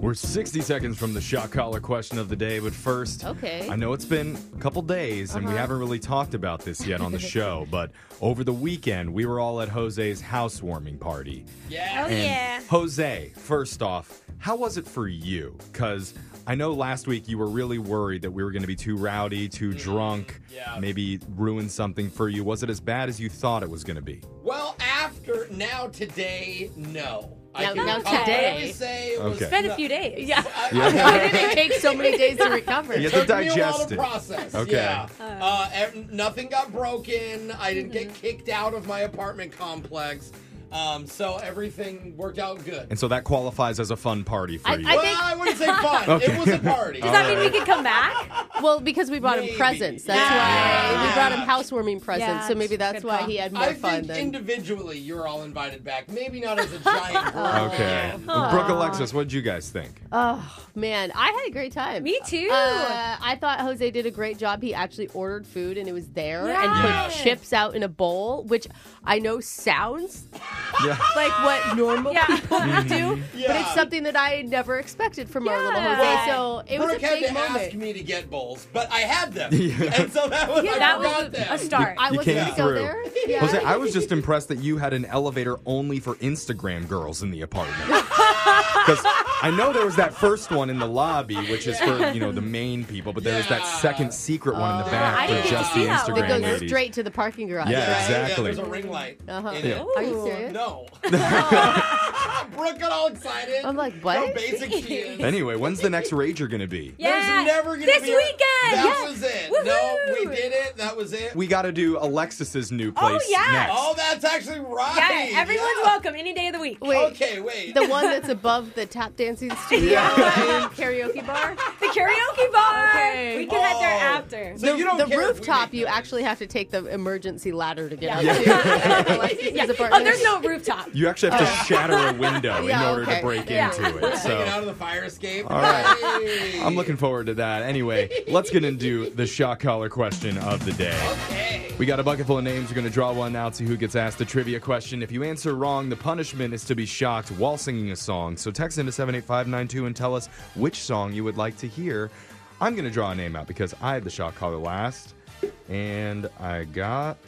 We're 60 seconds from the shot collar question of the day, but first, Okay. I know it's been a couple days and we Uh-huh. haven't really talked about this yet on the show, but over the weekend, we were all at Jose's housewarming party. Oh, And yeah. Jose, first off, how was it for you? Because I know last week you were really worried that we were going to be too rowdy, too Mm-hmm. drunk, Yeah. maybe ruin something for you. Was it as bad as you thought it was going to be? Well, after now today, no. Now- now confidently today. say it was Okay. It's Been no- a few days. Yeah. I- Yeah. Why did it take so many days to recover? You It have to took me a while digest to it. process. Okay. Yeah. Uh, and nothing got broken. I didn't get Mm-hmm. kicked out of my apartment complex. Um, so everything worked out good. And so that qualifies as a fun party for I- you. I well, think- I wouldn't say fun. Okay. It was a party. Does that mean we could come back? Well, because we brought him Maybe. presents. That's Yeah. why we Yeah. brought him housewarming presents. Yeah, so maybe that's good why call. he had more I fun think than. individually you're all invited back. Maybe not as a giant group. Okay. Brooke Alexis, what did you guys think? oh man, I had a great time. Me too. Uh, I thought Jose did a great job. He actually ordered food and it was there and Yes. put chips out in a bowl, which I know sounds yeah. like what normal Yeah. people would do, but Yeah. it's something that I had never expected from our little Yeah. Jose. So Well, it was Brooke a had big to moment. ask me to get bowls, but I had them. Yeah. And so that was, Yeah, I that forgot was them. a, a start. I You wasn't gonna came go through. there. Yeah. Jose, I was just impressed that you had an elevator only for Instagram girls in the apartment. Because I know there was that first one in the lobby, which is for you know the main people, but there was that Yeah. second secret one in the Oh. back I for didn't just the see that one. that Instagram goes ladies. straight to the parking garage. Yeah, right? exactly. Yeah, there's a ring light. Uh-huh. in it. Are you Ooh. serious? No. Brooke got all excited. I'm like, How what? basic she is. Anyway, when's the next rager gonna be? Yeah. There's never gonna this be a- weekend. That Yes. was it. Woohoo. No, we did it. That was it. We got to do Alexis's new place yeah. next. oh, that's actually right. Yeah, everyone's Yeah. welcome any day of the week. Wait, Okay, wait. the one that's above the tap dancing studio and karaoke bar. The karaoke bar. Okay. We can head there after. Oh. so you don't the care if we rooftop, make you noise. actually have to take the emergency ladder to get Yeah. out. Yeah. Oh, there's no rooftop. You actually have to shatter a window in Yeah, order to okay. break Yeah. into it. Taking it out So of the fire escape. All right. Hey. I'm looking forward to that. Anyway, let's get into the shock collar question of the day. Okay. We got a bucket full of names. We're going to draw one out, see who gets asked the trivia question. If you answer wrong, the punishment is to be shocked while singing a song. So text into 78592 and tell us which song you would like to hear. I'm going to draw a name out because I had the shock collar last. And I got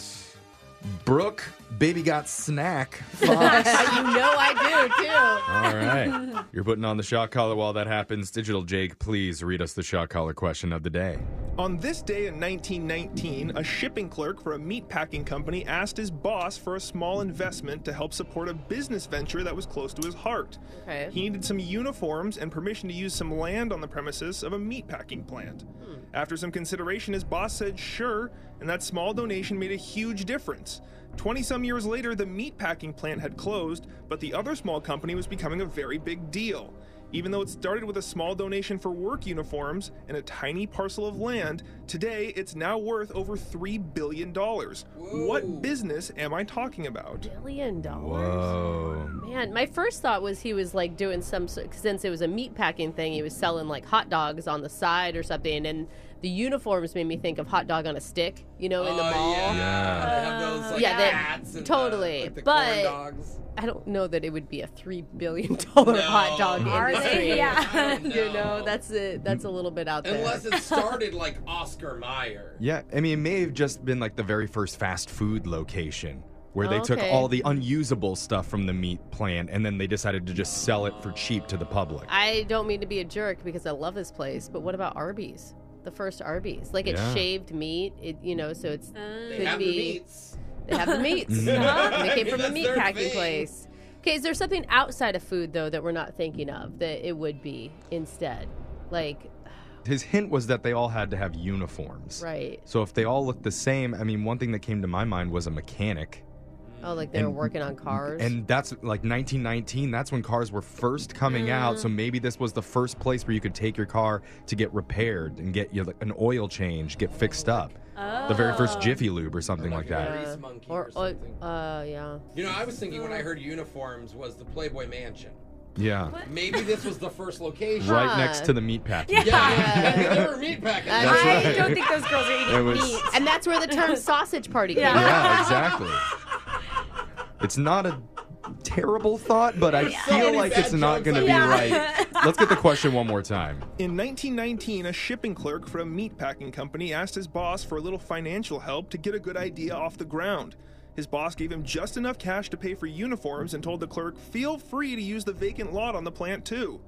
Brooke, Baby Got Snack Fox. you know I do too. All right. You're putting on the shock collar while that happens. Digital Jake, please read us the shock collar question of the day. On this day in 1919, a shipping clerk for a meatpacking company asked his boss for a small investment to help support a business venture that was close to his heart. Okay. He needed some uniforms and permission to use some land on the premises of a meatpacking plant. After some consideration, his boss said sure, and that small donation made a huge difference. 20 some years later, the meatpacking plant had closed, but the other small company was becoming a very big deal. Even though it started with a small donation for work uniforms and a tiny parcel of land, today it's now worth over $3 billion. What business am I talking about? Billion dollars. Whoa. Man, my first thought was he was like doing some s- since it was a meat packing thing, he was selling like hot dogs on the side or something, and the uniforms made me think of hot dog on a stick, you know, in the Oh, mall. Yeah. They have Uh, those, like, Yeah, they- hats and the- totally. like the corn But- dogs. I don't know that it would be a three billion dollar No. hot dog Are they? industry. Yeah. I don't you know, know. that's it. That's a little bit out there. Unless it started like Oscar Mayer. Yeah, I mean, it may have just been like the very first fast food location where they took Okay. all the unusable stuff from the meat plant and then they decided to just sell it for cheap to the public. I don't mean to be a jerk because I love this place, but what about Arby's? The first Arby's, like Yeah. it's shaved meat, it you know, so it's Uh, They Could have be. the meats. They have the meats. Mhm. Uh-huh. And I They came mean, from a that's meat their packing thing. place. Okay, is there something outside of food though that we're not thinking of that it would be instead? Like, His hint was that they all had to have uniforms. right? So if they all looked the same, I mean, one thing that came to my mind was a mechanic. Oh, like they were And- working on cars. And that's like 1919. That's when cars were first coming out. Mm. So maybe this was the first place where you could take your car to get repaired and get you know, like, an oil change, get fixed up. The very Oh. first Jiffy Lube or something like Or that. Grease monkey or, Uh, or, or something. uh, yeah. you know, I was thinking Uh. when I heard uniforms was the Playboy Mansion. Yeah. Maybe this was the first location. Right Huh. next to the meat pack. Yeah. Yeah, maybe they were meat packing. I- That's I right. don't think those girls are It eating was- meat. And that's where the term sausage party came. Yeah. from. Yeah, exactly. it's not a terrible thought, but I So feel many like bad it's not jokes going to I've be heard. right Let's get the question one more time. In 1919, a shipping clerk for a meatpacking company asked his boss for a little financial help to get a good idea off the ground. His boss gave him just enough cash to pay for uniforms and told the clerk, feel free to use the vacant lot on the plant too.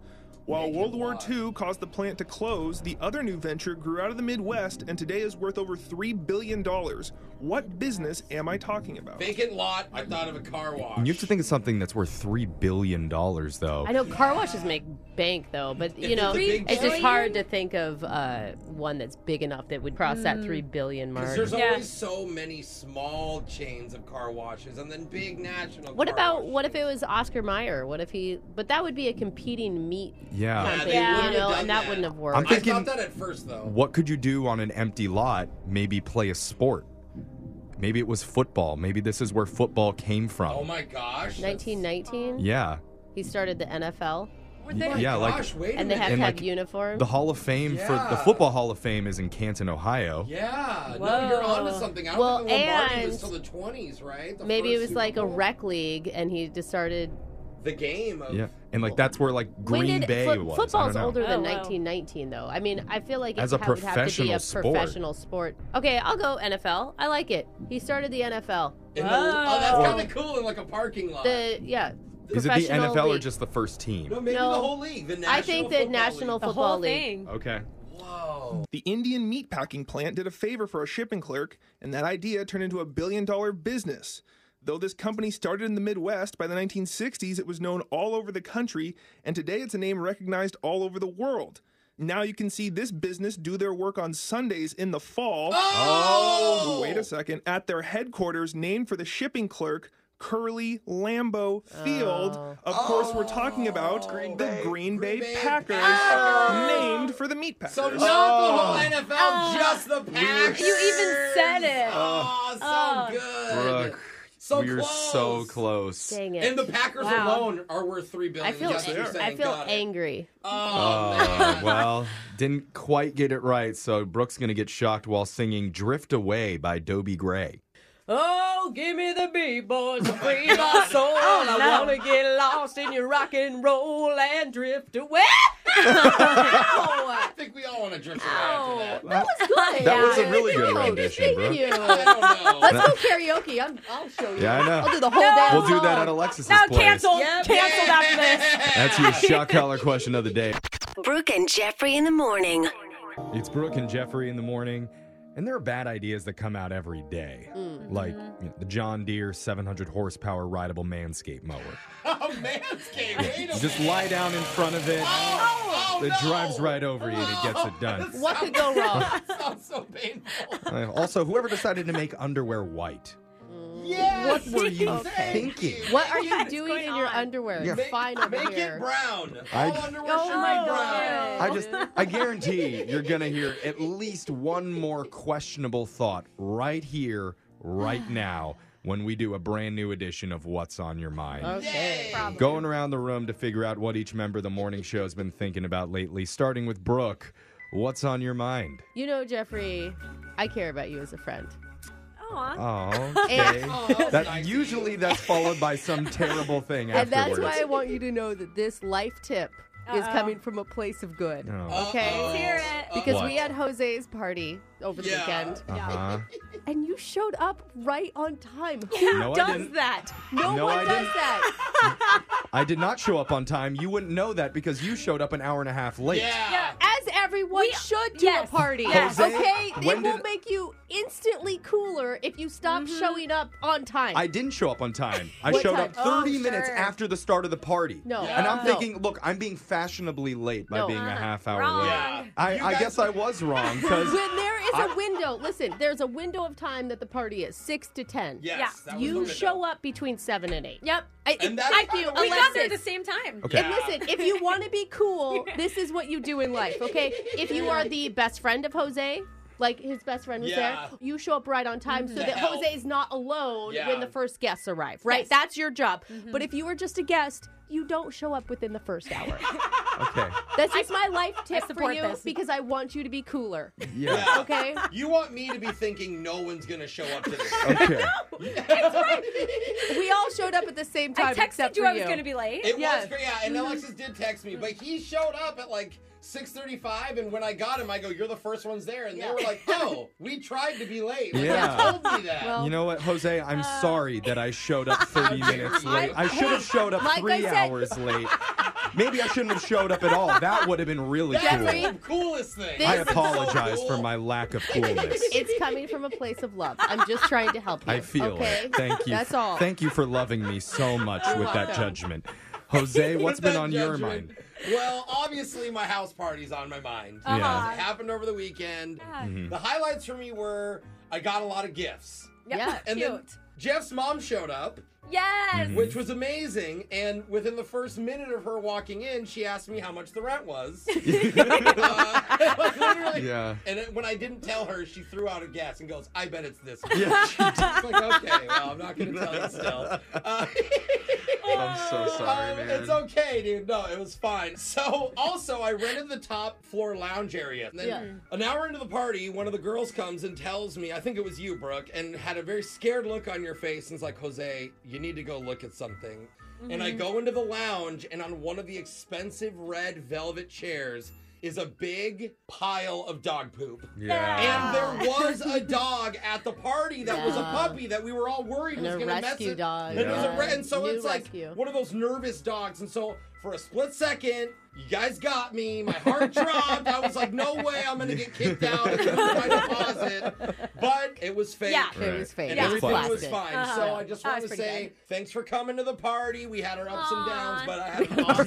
While World War II caused the plant to close, the other new venture grew out of the Midwest and today is worth over $3 billion. What business am I talking about? Vacant lot. I thought of a car wash. You have to think of something that's worth three billion dollars, though. I know car washes make bank though, but you it's know a big it's just billion. hard to think of uh, one that's big enough that would cross that three billion Mm. Because mark. there's Yeah. always so many small chains of car washes, and then big national. What car about wash what if chains. it was Oscar Meyer? What if he? But that would be a competing meat Yeah. Yeah, company, they you wouldn't have know, done and that that. wouldn't have worked. I'm I thinking- thought that at first though. What could you do on an empty lot? Maybe play a sport. Maybe it was football. Maybe this is where football came from. Oh my gosh. 1919, Yeah. he started the NFL, Were they- Yeah, like- gosh, wait a and they minute. have And, to have like, uniforms. The Hall of Fame for the Yeah. Football Hall of Fame is in Canton, Ohio. Yeah, Ah, no, you're Whoa. onto something. I don't Well, think the Lombardi was and- till the 20s, right? The Maybe it first was Super like a Bowl. rec league, and he just started. The game of Yeah. And like that's where like When Green did- Bay foot- was. I don't Football's know. older than Oh, wow. 1919, though. I mean, I feel like it As a ha- would have to be professional a sport. professional sport. Okay, I'll go NFL. I like it. He started the NFL. in the- oh, Whoa. that's kind of cool in like a parking lot. The yeah. Is it the professional NFL or league. just the first team? no, maybe No. the whole league. The national I think the Football National The Football whole League. thing. Okay. League. Whoa. The Indian meatpacking plant did a favor for a shipping clerk, and that idea turned into a billion dollar business. Though this company started in the Midwest, by the 1960s it was known all over the country, and today it's a name recognized all over the world. Now you can see this business do their work on Sundays in the fall. Oh! Wait a second. At their headquarters, named for the shipping clerk, Curly Lambeau Field. Of course, we're talking about the Green Bay, Bay Packers, named for the meat packers. So not the whole NFL, just the Packers. Oh. You even said it. Oh, so Oh. good. Brooke, so we are close. so close. Dang it. And the Packers Wow. alone are worth three billion. I feel Yes, they you're are. ang- I saying, feel got it. angry. Oh, Uh, well, didn't quite get it right, so Brooke's gonna get shocked while singing "Drift Away" by Dobie Gray. Oh, give me the beat, boys, to free my soul. I wanna get lost in your rock and roll and drift away. I think we all want to drift away after that. That was a really good rendition, Brooke. Thank you. I don't know. Let's go karaoke. I'm, I'll show you. Yeah, I know. I'll do the whole day. We'll do that at Alexis's Now place. canceled. Yep. Canceled after this. That's your shock collar question of the day. Brooke and Jeffrey in the morning. It's Brooke and Jeffrey in the morning, and there are bad ideas that come out every day, Mm-hmm. Mm-hmm. like you know, the John Deere 700 horsepower rideable manscape mower. Oh, Manscaped, wait a You just minute. lie down in front of it. Oh, oh, It no. drives right over you and it gets it done. What could go wrong? That sounds so painful. Uh, Also, whoever decided to make underwear white. Yes. What were you Thank thinking? you. What are you What's doing going in your on? underwear? Oh, Yeah. It's fine over Make here. it brown. I- All underwear should my be brown. God. I just, I guarantee you're going to hear at least one more questionable thought right here, right now, when we do a brand new edition of What's on Your Mind. Okay. Yay. Going around the room to figure out what each member of the morning show has been thinking about lately, starting with Brooke. What's on your mind? You know, Jeffrey, I care about you as a friend. Aw. Oh, And- okay. that usually that's followed by some terrible thing And that's afterwards. why I want you to know that this life tip is Uh-oh. coming from a place of good. Oh, Okay? Hear it. Because What? we had Jose's party over the Yeah. weekend, uh-huh. and you showed up right on time. No, Who I does didn't. that? No, No, one I does didn't. that. I did not show up on time. You wouldn't know that because you showed up an hour and a half late. Yeah. As everyone should to yes. a party. Yes. Jose, Okay? when It will did- make you instantly cooler if you stop Mm-hmm. showing up on time. I didn't show up on time. I What showed time? up 30 Oh, minutes sure. after the start of the party. No. And No. I'm thinking, look, I'm being fashionably late by No. uh-huh. being a Uh-uh. half hour Wrong. late. Yeah. I, You I guys- guess I was wrong because when there is a I- window, listen, there's a window of time that the party is six to ten. Yes. Yeah. that was the You window. show up between seven and eight. Yep. I, And that's- thank you, We got there at the Alexis. same time. Okay. And listen, if you want to be cool, this is what you do in life, okay? If you are the best friend of Jose, like his best friend was Yeah. there, you show up right on time so To that help. Jose is not alone Yeah. when the first guests arrive, right? Yes. Mm-hmm. That's your job. But if you were just a guest, you don't show up within the first hour. Okay. That's just my life tip for support you this. because I want you to be cooler. Yeah. Okay. You want me to be thinking no one's gonna show up to this. Okay. we all showed up at the same time. I texted except you for I was going to be late. It Yeah. was great. Yeah, and Mm-hmm. Alexis did text me, but he showed up at like 6:35, and when I got him, I go, "You're the first ones there," and they Yeah. were like, "Oh, we tried to be late. Like, Yeah. You told me that." Well- You know what, Jose? I'm Uh, sorry that I showed up 30 minutes late. I should have showed up like I three said- hours late. Maybe I shouldn't have showed up at all. That would have been really That's cool. the coolest thing. I This is so apologize cool. for my lack of coolness. It's coming from a place of love. I'm just trying to help you. I feel okay? it. Thank you. That's all. Thank you for loving me so much with that welcome. judgment. Jose, what's been That on your judgment. mind? Well, obviously my house party's on my mind. Yeah. It happened over the weekend. Uh-huh. Yeah. Mm-hmm. The highlights for me were I got a lot of gifts. Yeah. And then Cute. Jeff's mom showed up, Yes. Mm-hmm. which was amazing. And within the first minute of her walking in, she asked me how much the rent was. Uh, like, literally. Yeah. And it, when I didn't tell her, she threw out a guess and goes, "I bet it's this." much." Yeah, she did. It's like, okay, well, I'm not going to tell you still. Uh, I'm so sorry, Oh, um, man. It's okay, dude. No, it was fine. So, also, I rented the top floor lounge area. And then an hour into the party, one of the girls comes and tells me, I think it was you, Brooke, and had a very scared look on your face and was like, Jose, you need to go look at something. And I go into the lounge, and on one of the expensive red velvet chairs is a big pile of dog poop. Yeah. And there was a dog at the party that was a Yeah. puppy that we were all worried And was a going to mess rescue it. dog, And, it was a yeah. re- and so New it's like rescue. one of those nervous dogs. And so for a split second, you guys got me. My heart dropped. I was like, no way, I'm going to get kicked out and lose my deposit. But it was fake. Yeah. It was fake. And It was everything was plastic. fine. Uh-huh. So I just That want was to pretty say good. thanks for coming to the party. We had our ups and downs, Aw. but I had an awesome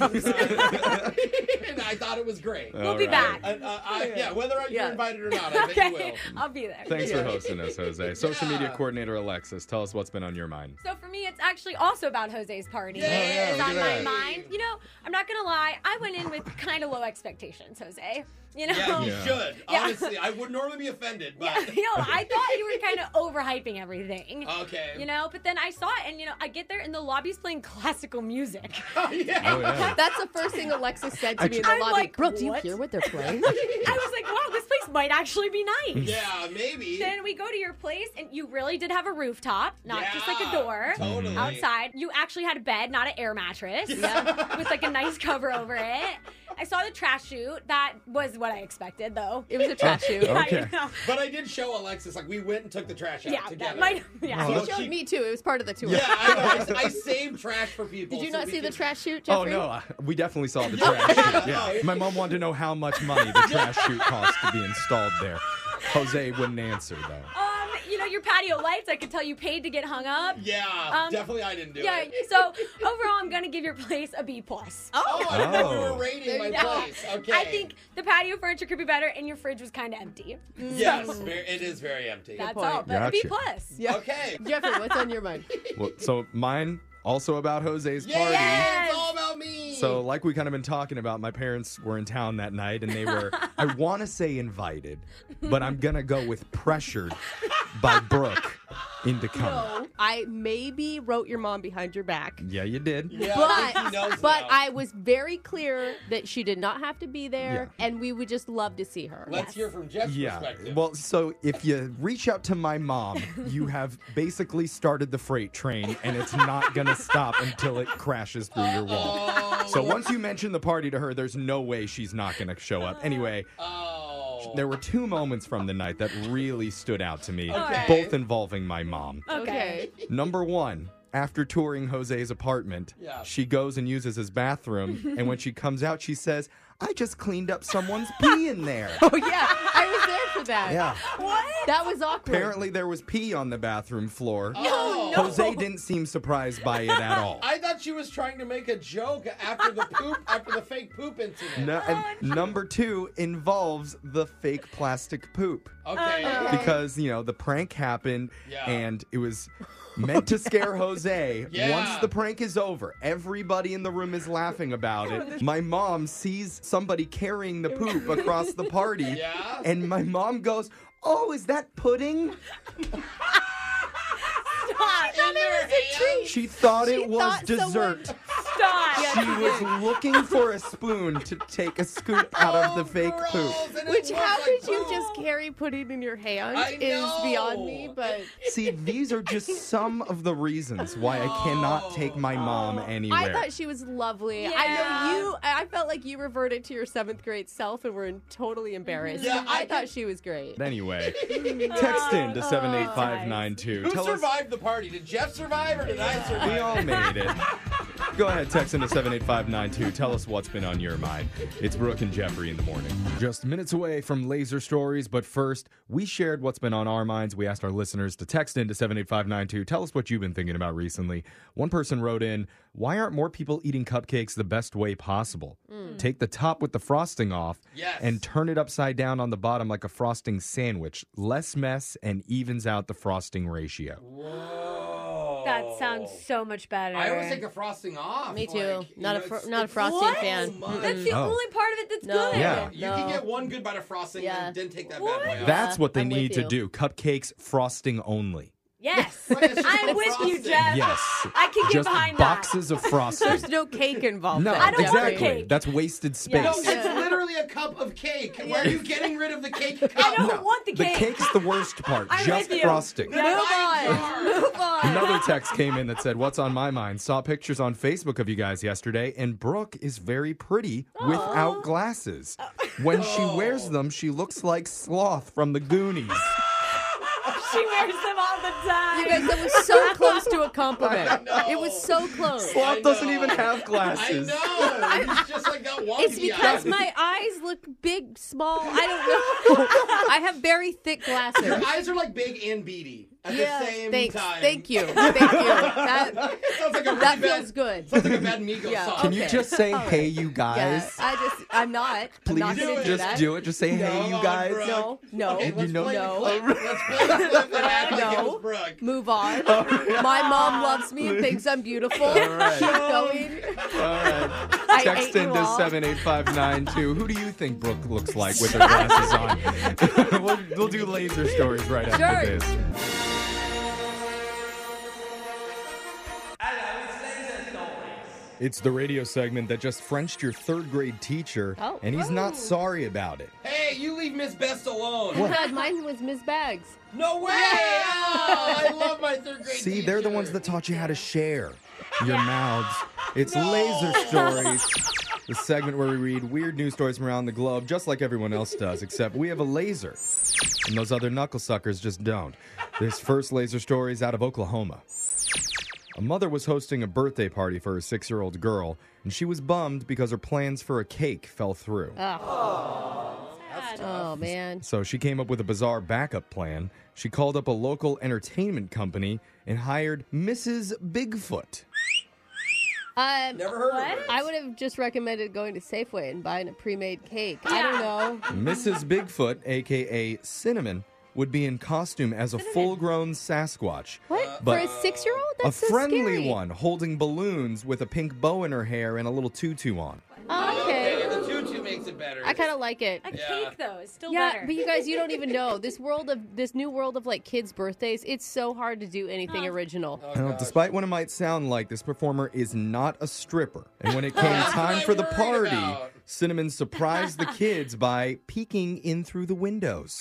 time. and I thought it was great. All We'll be right. back. I, I, I, yeah, whether you're Yeah. invited or not, I bet you will. okay. I'll be there. Thanks for Yeah. hosting us, Jose. Social media Yeah. coordinator Alexis, tell us what's been on your mind. So for me, it's actually also about Jose's party. Yay! Oh, yeah, It's look on at my that. mind. You know, I'm not gonna lie. I went in with kind of low expectations, Jose. You know. Yeah, you Yeah. should. Yeah. Honestly, I would normally be offended, Yeah, but you know, I thought you were kind of overhyping everything. okay. You know, but then I saw it, and you know, I get there, and the lobby's playing classical music. Oh, yeah. Oh, yeah. That's the first thing Alexis said to me in the Actually- I'm lobby. like, Brooke, do you what? hear what they're playing? I was like, wow, this place might actually be nice. Yeah, maybe. Then we go to your place, and you really did have a rooftop, not just like a Yeah, door. Mm-hmm. Totally. Outside, you actually had a bed, not an air mattress, with like a nice cover over it. I saw the trash chute. That was what I expected, though. it was a trash shoot. Yeah, oh. you Okay. know. But I did show Alexis, like, we went and took the trash out Yeah, together. that might. Yeah. Oh, It showed me too. It was part of the tour. Yeah, I, know. I, I saved trash for people. Did you so not we see the could- trash shoot, Oh Jeffrey? no, I- we definitely saw the trash chute. Yeah. Oh, Yeah. My mom wanted to know how much money the trash chute cost to be installed there. Jose wouldn't answer though. Um, you know your patio lights. I could tell you paid to get hung up. Yeah, Um, definitely I didn't do Yeah. it. So overall, I'm gonna give your place a B plus. Oh, I didn't know we Oh. were rating my There you go. place. Okay. I think the patio furniture could be better, and your fridge was kind of empty. Yes, ver- it is very empty. That's point. all. But a B Gotcha. plus. Yeah. Okay. Jeffrey, what's on your mind? Well, so mine also about Jose's Yeah, party. it's all about me. So, like we kind of been talking about, my parents were in town that night and they were, I want to say invited, but I'm going to go with pressured by Brooke into coming. I maybe wrote your mom behind your back. Yeah, you did. yeah, I think But he knows but now. I was very clear that she did not have to be there, and we would just love to see her. Let's hear from Jeff's Yeah. perspective. Well, so if you reach out to my mom, you have basically started the freight train and it's not going to stop until it crashes through your wall. oh, So once you mention the party to her, there's no way she's not going to show up. Anyway, oh. there were two moments from the night that really stood out to me, Okay. both involving my mom. Okay. Number one, after touring Jose's apartment, Yeah. she goes and uses his bathroom. and when she comes out, she says, I just cleaned up someone's pee in there. Oh yeah, I was there for that. yeah. What? That was awkward. Apparently, there was pee on the bathroom floor. Oh. Jose didn't seem surprised by it at all. I thought she was trying to make a joke after the poop, after the fake poop incident. No, and number two involves the fake plastic poop. Okay. Uh, because you know the prank happened Yeah. and it was meant to scare Jose. Yeah. Once the prank is over, everybody in the room is laughing about it. My mom sees somebody carrying the poop across the party, Yeah. and my mom goes, "Oh, is that pudding?" Stop. In their hand. She thought She it was thought someone- dessert. Stop. Yeah, she was looking for a spoon to take a scoop out of the fake poop. Which how could you just carry pudding in your hand I is beyond me, know. but See, these are just some of the reasons why I cannot take my mom anywhere. I thought she was lovely. I Yeah. know you. I I felt like you reverted to your seventh grade self and were in- totally embarrassed. Yeah, I, I thought she was great. anyway, text in to 78592. Who Tell us survived the party? Did Jeff survive or did I survive? we all made it. Go ahead, text into 78592. Tell us what's been on your mind. It's Brooke and Jeffrey in the morning. Just minutes away from Laser Stories, but first, we shared what's been on our minds. We asked our listeners to text into 78592. Tell us what you've been thinking about recently. One person wrote in, Why aren't more people eating cupcakes the best way possible? Hmm. Take the top with the frosting off Yes. and turn it upside down on the bottom like a frosting sandwich. Less mess and evens out the frosting ratio. Whoa. That sounds so much better. Oh. I always take a frosting off. Me too. like, you Not a know, fro- it's- not a it's frosting so fan. much. That's the Oh. only part of it that's No. good. Yeah. You No. can get one good bite of frosting Yeah. and then take that What? bad boy off. That's what they I'm with need to you. do. Cupcakes frosting only. Yes. Like it's just I'm with frosting. you, Jeff. Yes. I can get Just behind boxes of frosting. There's no cake involved. No, then, I don't want exactly. Jeffrey. cake. That's wasted space. No, it's Yeah. literally a cup of cake. Why are you getting rid of the cake cup? that. I don't want the The cake. cake's the worst part. I'm just with you. frosting. Yeah. Mine Move are. on. Move on. Another text came in that said, What's on my mind? Saw pictures on Facebook of you guys yesterday, and Brooke is very pretty without glasses. Uh, When she oh. wears them, she looks like Sloth from the Goonies. She wears them all the time. You guys, that was so close to a compliment. know. It was so close. Sloth doesn't know. even have I glasses. know. He's just like that wonky It's because eye. my eyes look big, small. I don't know. I have very thick glasses. Your eyes are like big and beady at the same thanks. time. Thank you. Thank you. That, Sounds like a really that bad, feels good. Sounds like a bad Migos Yeah. song. Can you Okay. just say, All right. Hey, you Yeah, guys? I just, I'm not. I'm Please not gonna do just that. do it. Just say, Hey, Come you on, guys. Brooke. No, no, Okay, You let's know- play No. the clip. Let's play the clip and act like it No. was Brooke. Move on. My mom loves me and thinks I'm beautiful. right. Keep going. All right. I Text ate you into all. 78592. Who do you think Brooke looks like with her glasses on? we'll, we'll do laser stories right after Sure. this. It's the radio segment that just Frenched your third grade teacher, Oh. and he's not sorry about it. Hey, you leave Miss Best alone. God, mine was Miss Bags. No way! Oh, I love my third grade See, they're the teacher. ones that taught you how to share your mouths. It's Laser Stories, the segment where we read weird news stories from around the globe, just like everyone else does, except we have a laser. And those other knuckle suckers just don't. This first laser story is out of Oklahoma. A mother was hosting a birthday party for her six year old girl, and she was bummed because her plans for a cake fell through. Oh man. So she came up with a bizarre backup plan. She called up a local entertainment company and hired Mrs. Bigfoot. Um, Never heard of her. I would have just recommended going to Safeway and buying a pre-made cake. I don't know. Mrs. Bigfoot, aka Cinnamon, would be in costume as a full grown Sasquatch. What But- for a six-year-old? A That's so friendly scary. one holding balloons with a pink bow in her hair and a little tutu on. Oh, okay. Okay, the tutu makes it better. I kind of like it. A Yeah. cake though is still Yeah, better. but you guys, you don't even know this world of this new world of like kids' birthdays. It's so hard to do anything original. Oh, Now, despite what it might sound like, this performer is not a stripper. And when it came That's what time I'm for the worried party, about. Cinnamon surprised the kids by peeking in through the windows.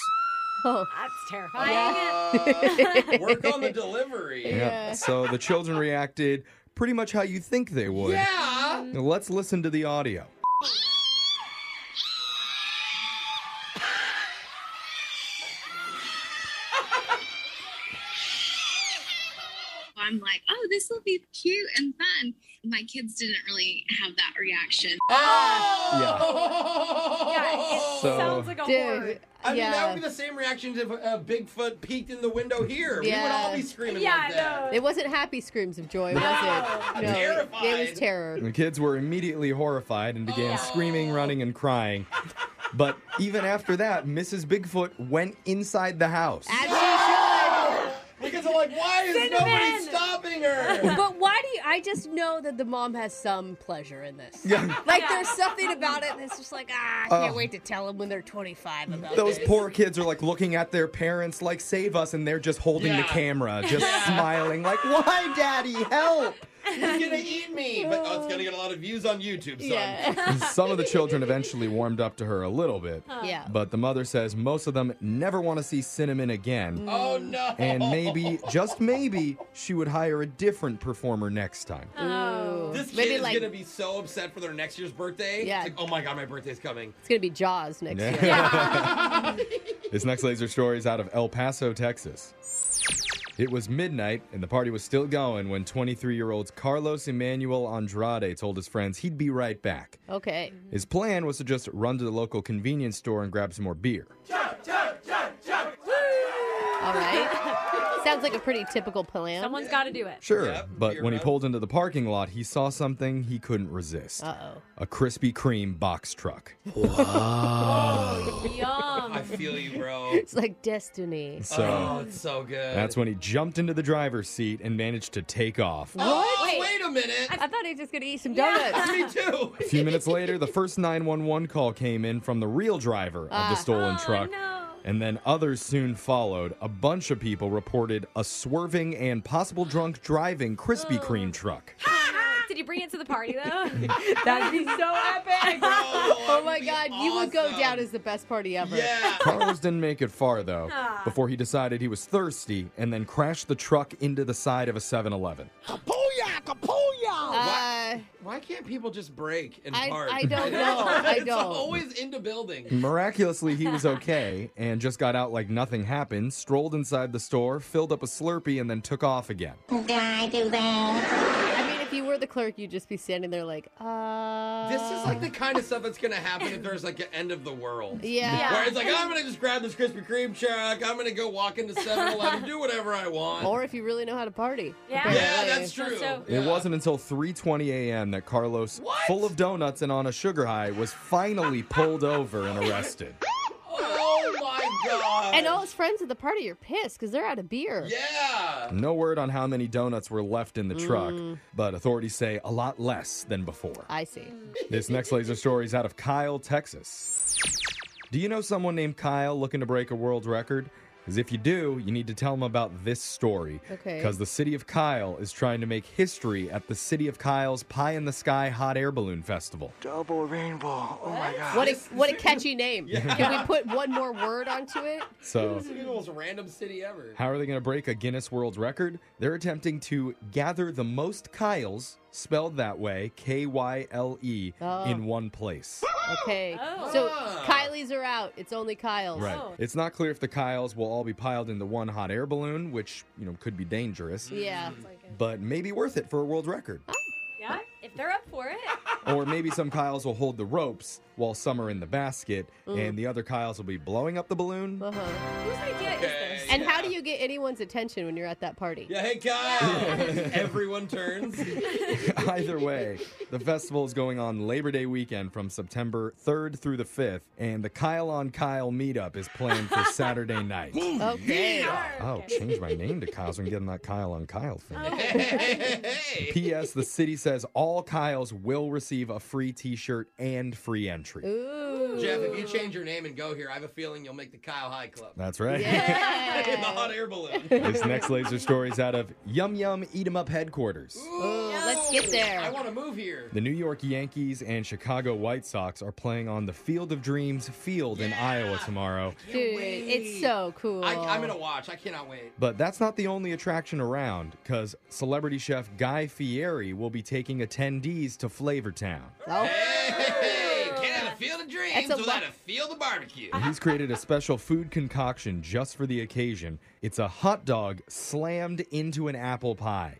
Oh, That's terrifying. Uh, work on the delivery. Yeah. So the children reacted pretty much how you think they would. Yeah. Now, let's listen to the audio. I'm like, oh, this will be cute and fun. My kids didn't really have that reaction. Oh. Yeah, it So- sounds like a dude. horror. I mean, that yeah. would be the same reaction if uh, Bigfoot peeked in the window here. We would Yeah. all be screaming Yeah, like that. It wasn't happy screams of joy, was it? No, it, it Terrified. was terror. The kids were immediately horrified and began Oh. screaming, running, and crying. But even after that, Mrs. Bigfoot went inside the house. As she should. Because I'm like, why is nobody stopping her? But why do you? I just know that the mom has some pleasure in this. Yeah. Like there's something about it that's just like ah, I Oh. can't wait to tell them when they're 25 about Those this. poor kids are like looking at their parents, like, save us, and they're just holding the Yeah. camera, just smiling, like, why, daddy, help? He's gonna eat me. But oh, it's gonna get a lot of views on YouTube, son. Yeah. Some of the children eventually warmed up to her a little bit, yeah. but the mother says most of them never want to see Cinnamon again. Oh no. And maybe, just maybe, she would hire a different performer next time. Oh. This kid Maybe is like- gonna be so upset for their next year's birthday. Yeah. It's like, oh my god, my birthday's coming. It's going to be Jaws next year. this next laser story is out of El Paso, Texas. It was midnight and the party was still going when 23 year old Carlos Emmanuel Andrade told his friends he'd be right back. Okay. His plan was to just run to the local convenience store and grab some more beer. All right. Sounds like a pretty typical plan. Someone's got to do it. Sure, Yep, but beer when he run. pulled into the parking lot, he saw something he couldn't resist Uh-oh. a Krispy Kreme box truck. I Yum. feel you, bro. It's like destiny. So oh, it's so good. that's when he jumped into the driver's seat and managed to take off. Oh, wait. a minute. I thought he was just going to eat some donuts. Me too. A few minutes later, the first 911 call came in from the real driver of Uh, the Ah. oh, stolen truck. no. And then others soon followed. A bunch of people reported a swerving and possible drunk driving Krispy Oh. Kreme truck. Did you bring it to the party though? That'd be so epic. Oh my God, you would go down as the best party ever. Yeah. Carlos didn't make it far, though, Ah. before he decided he was thirsty and then crashed the truck into the side of a 7 Eleven. Uh, Why can't people just break and I- park? I don't know. I it's don't. always into buildings. Miraculously, he was okay and just got out like nothing happened, strolled inside the store, filled up a Slurpee, and then took off again. I mean, if you were the clerk, you'd just be standing there like, uh. This is like the kind of stuff that's gonna happen if there's like an end of the world. Yeah. Yeah. Where it's like, I'm gonna just grab this Krispy Kreme truck, I'm gonna go walk into 7 Eleven, do whatever I want. Or if you really know how to party. Yeah. yeah, apparently. that's true. That's so- It wasn't until 3:20 a.m. that Carlos, What? full of donuts and on a sugar high, was finally pulled over and arrested. Oh my god. And all his friends at the party are pissed because they're out of beer. Yeah. No word on how many donuts were left in the truck, but authorities say a lot less than before. I see. This next laser story is out of Kyle, Texas. Do you know someone named Kyle looking to break a world record? Because if you do, you need to tell them about this story. Okay. Because the city of Kyle is trying to make history at the City of Kyle's Pie in the Sky Hot Air Balloon Festival. Double rainbow. Oh my god. What a, what a catchy name. Can we put one more word onto it? So, This is the most random city ever. how are they going to break a Guinness World Record? They're attempting to gather the most Kyles, spelled that way, K Y L E, Oh. in one place. Okay. Oh. So Ah. Kylie's are out. It's only Kyle's. Right. Oh. It's not clear if the Kyles will all be piled into one hot air balloon, which, you know, could be dangerous, Yeah. but maybe worth it for a world record. Yeah. If they're up for it. or maybe some Kyles will hold the ropes while some are in the basket and the other Kyles will be blowing up the balloon. Uh-huh. Whose idea Okay. is this? And how do you get anyone's attention when you're at that party? Yeah, hey Kyle. Everyone turns. Either way, the festival is going on Labor Day weekend from September 3rd through the 5th, and the Kyle on Kyle meetup is planned for Saturday night. Okay. Oh. Oh, change my name to Kyle so I can get on that Kyle on Kyle thing. Hey. P.S. The city says all Kyles will receive a free T-shirt and free entry. Ooh. Jeff, if you change your name and go here, I have a feeling you'll make the Kyle High Club. That's right. In the Yeah. hot air balloon. this next laser story is out of Yum Yum Eat 'em Up headquarters. Ooh, let's get there. I want to move here. The New York Yankees and Chicago White Sox are playing on the Field of Dreams field in Iowa tomorrow. Dude, it's so cool. I, I'm gonna watch. I cannot wait. But that's not the only attraction around, because celebrity chef Guy Fieri will be taking attendees to Flavortown. Oh. Hey, can't have a field of dreams That's a without lo- a field of barbecue. He's created a special food concoction just for the occasion. It's a hot dog slammed into an apple pie.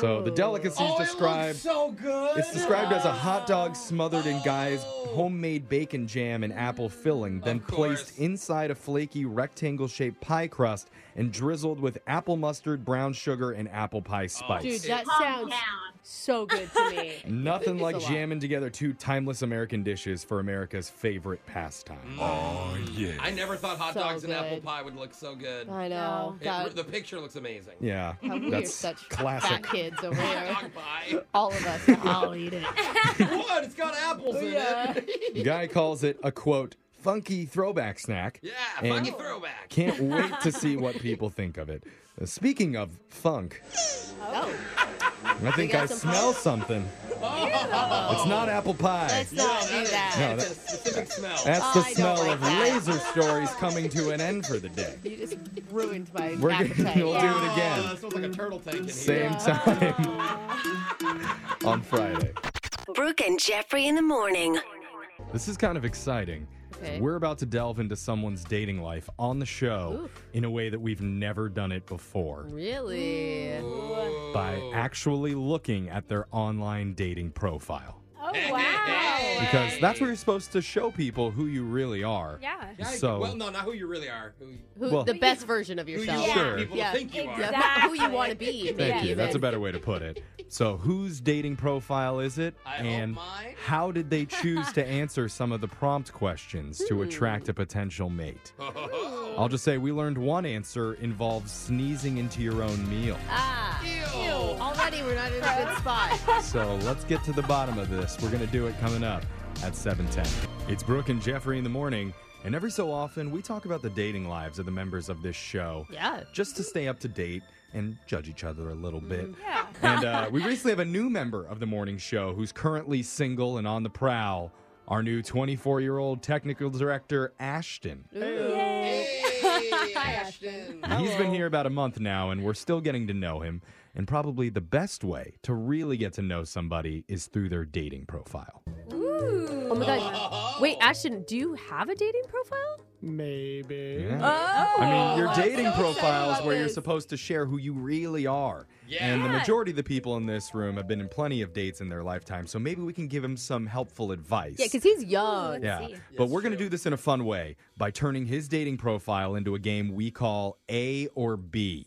So the delicacy is oh, it described looks so good. It's described as a hot dog smothered in Guy's homemade bacon jam and apple filling, then Of course. placed inside a flaky rectangle shaped pie crust and drizzled with apple mustard, brown sugar, and apple pie spice. Oh, Dude, that sounds so good to me. Nothing like a lot. jamming together two timeless American dishes for America's favorite Mm. pastime. Oh, I never thought hot So dogs and apple good. pie would look so good. I know. It- God, the picture looks amazing. Yeah, we are that's such classic. fat kids over here. Hot dog pie. All of us. I'll eat it. what? It's got apples in Yeah. it. Guy calls it a quote funky throwback snack. Yeah, And- funky throwback. Can't wait to see what people think of it. Uh, Speaking of funk, Oh, I think got I some smell something. It's not apple pie. let's not do that. No, It's a that- specific Oh, smell. that's the I don't smell like of that. laser stories coming to an end for the day. You just ruined my We're appetite. gonna, we'll do it Oh, again. that smells like a turtle tank in here. Same time on Friday. Brooke and Jeffrey in the morning. This is kind of exciting. Okay. We're about to delve into someone's dating life on the show in a way that we've never done it before Really? by actually looking at their online dating profile. Oh wow. Because that's where you're supposed to show people who you really are. Yeah. Yeah, I- So- well, no, not who you really are. Who, who Who, Well- the best version of you yourself. want Sure. people Yeah. to think you Yeah, are. not who you want to be. Thank maybe you. That's a even. better way to put it. So, whose dating profile is it? I hope and mine. how did they choose to answer some of the prompt questions to attract a potential mate? I'll just say we learned one answer involves sneezing into your own meal. Ah. Already we're not in a good spot. So let's get to the bottom of this. We're going to do it coming up at 7:10. It's Brooke and Jeffrey in the morning, and every so often we talk about the dating lives of the members of this show. Yeah. Just to stay up to date and judge each other a little bit. Yeah. And uh, we recently have a new member of the morning show who's currently single and on the prowl. Our new 24 year old technical director, Ashton. Hey, Ashton. He's been here about a month now, and we're still getting to know him. And probably the best way to really get to know somebody is through their dating profile. Oh my god. Wait, Ashton, do you have a dating profile? Maybe. I mean, your dating Oh, so profile is excited where you're about this. supposed to share who you really are. And the Yeah. majority of the people in this room have been in plenty of dates in their lifetime, so maybe we can give him some helpful advice. Yeah, because he's Oh, young. Yeah. see. But we're going to do this in a fun way by turning his dating profile into a game we call A or B.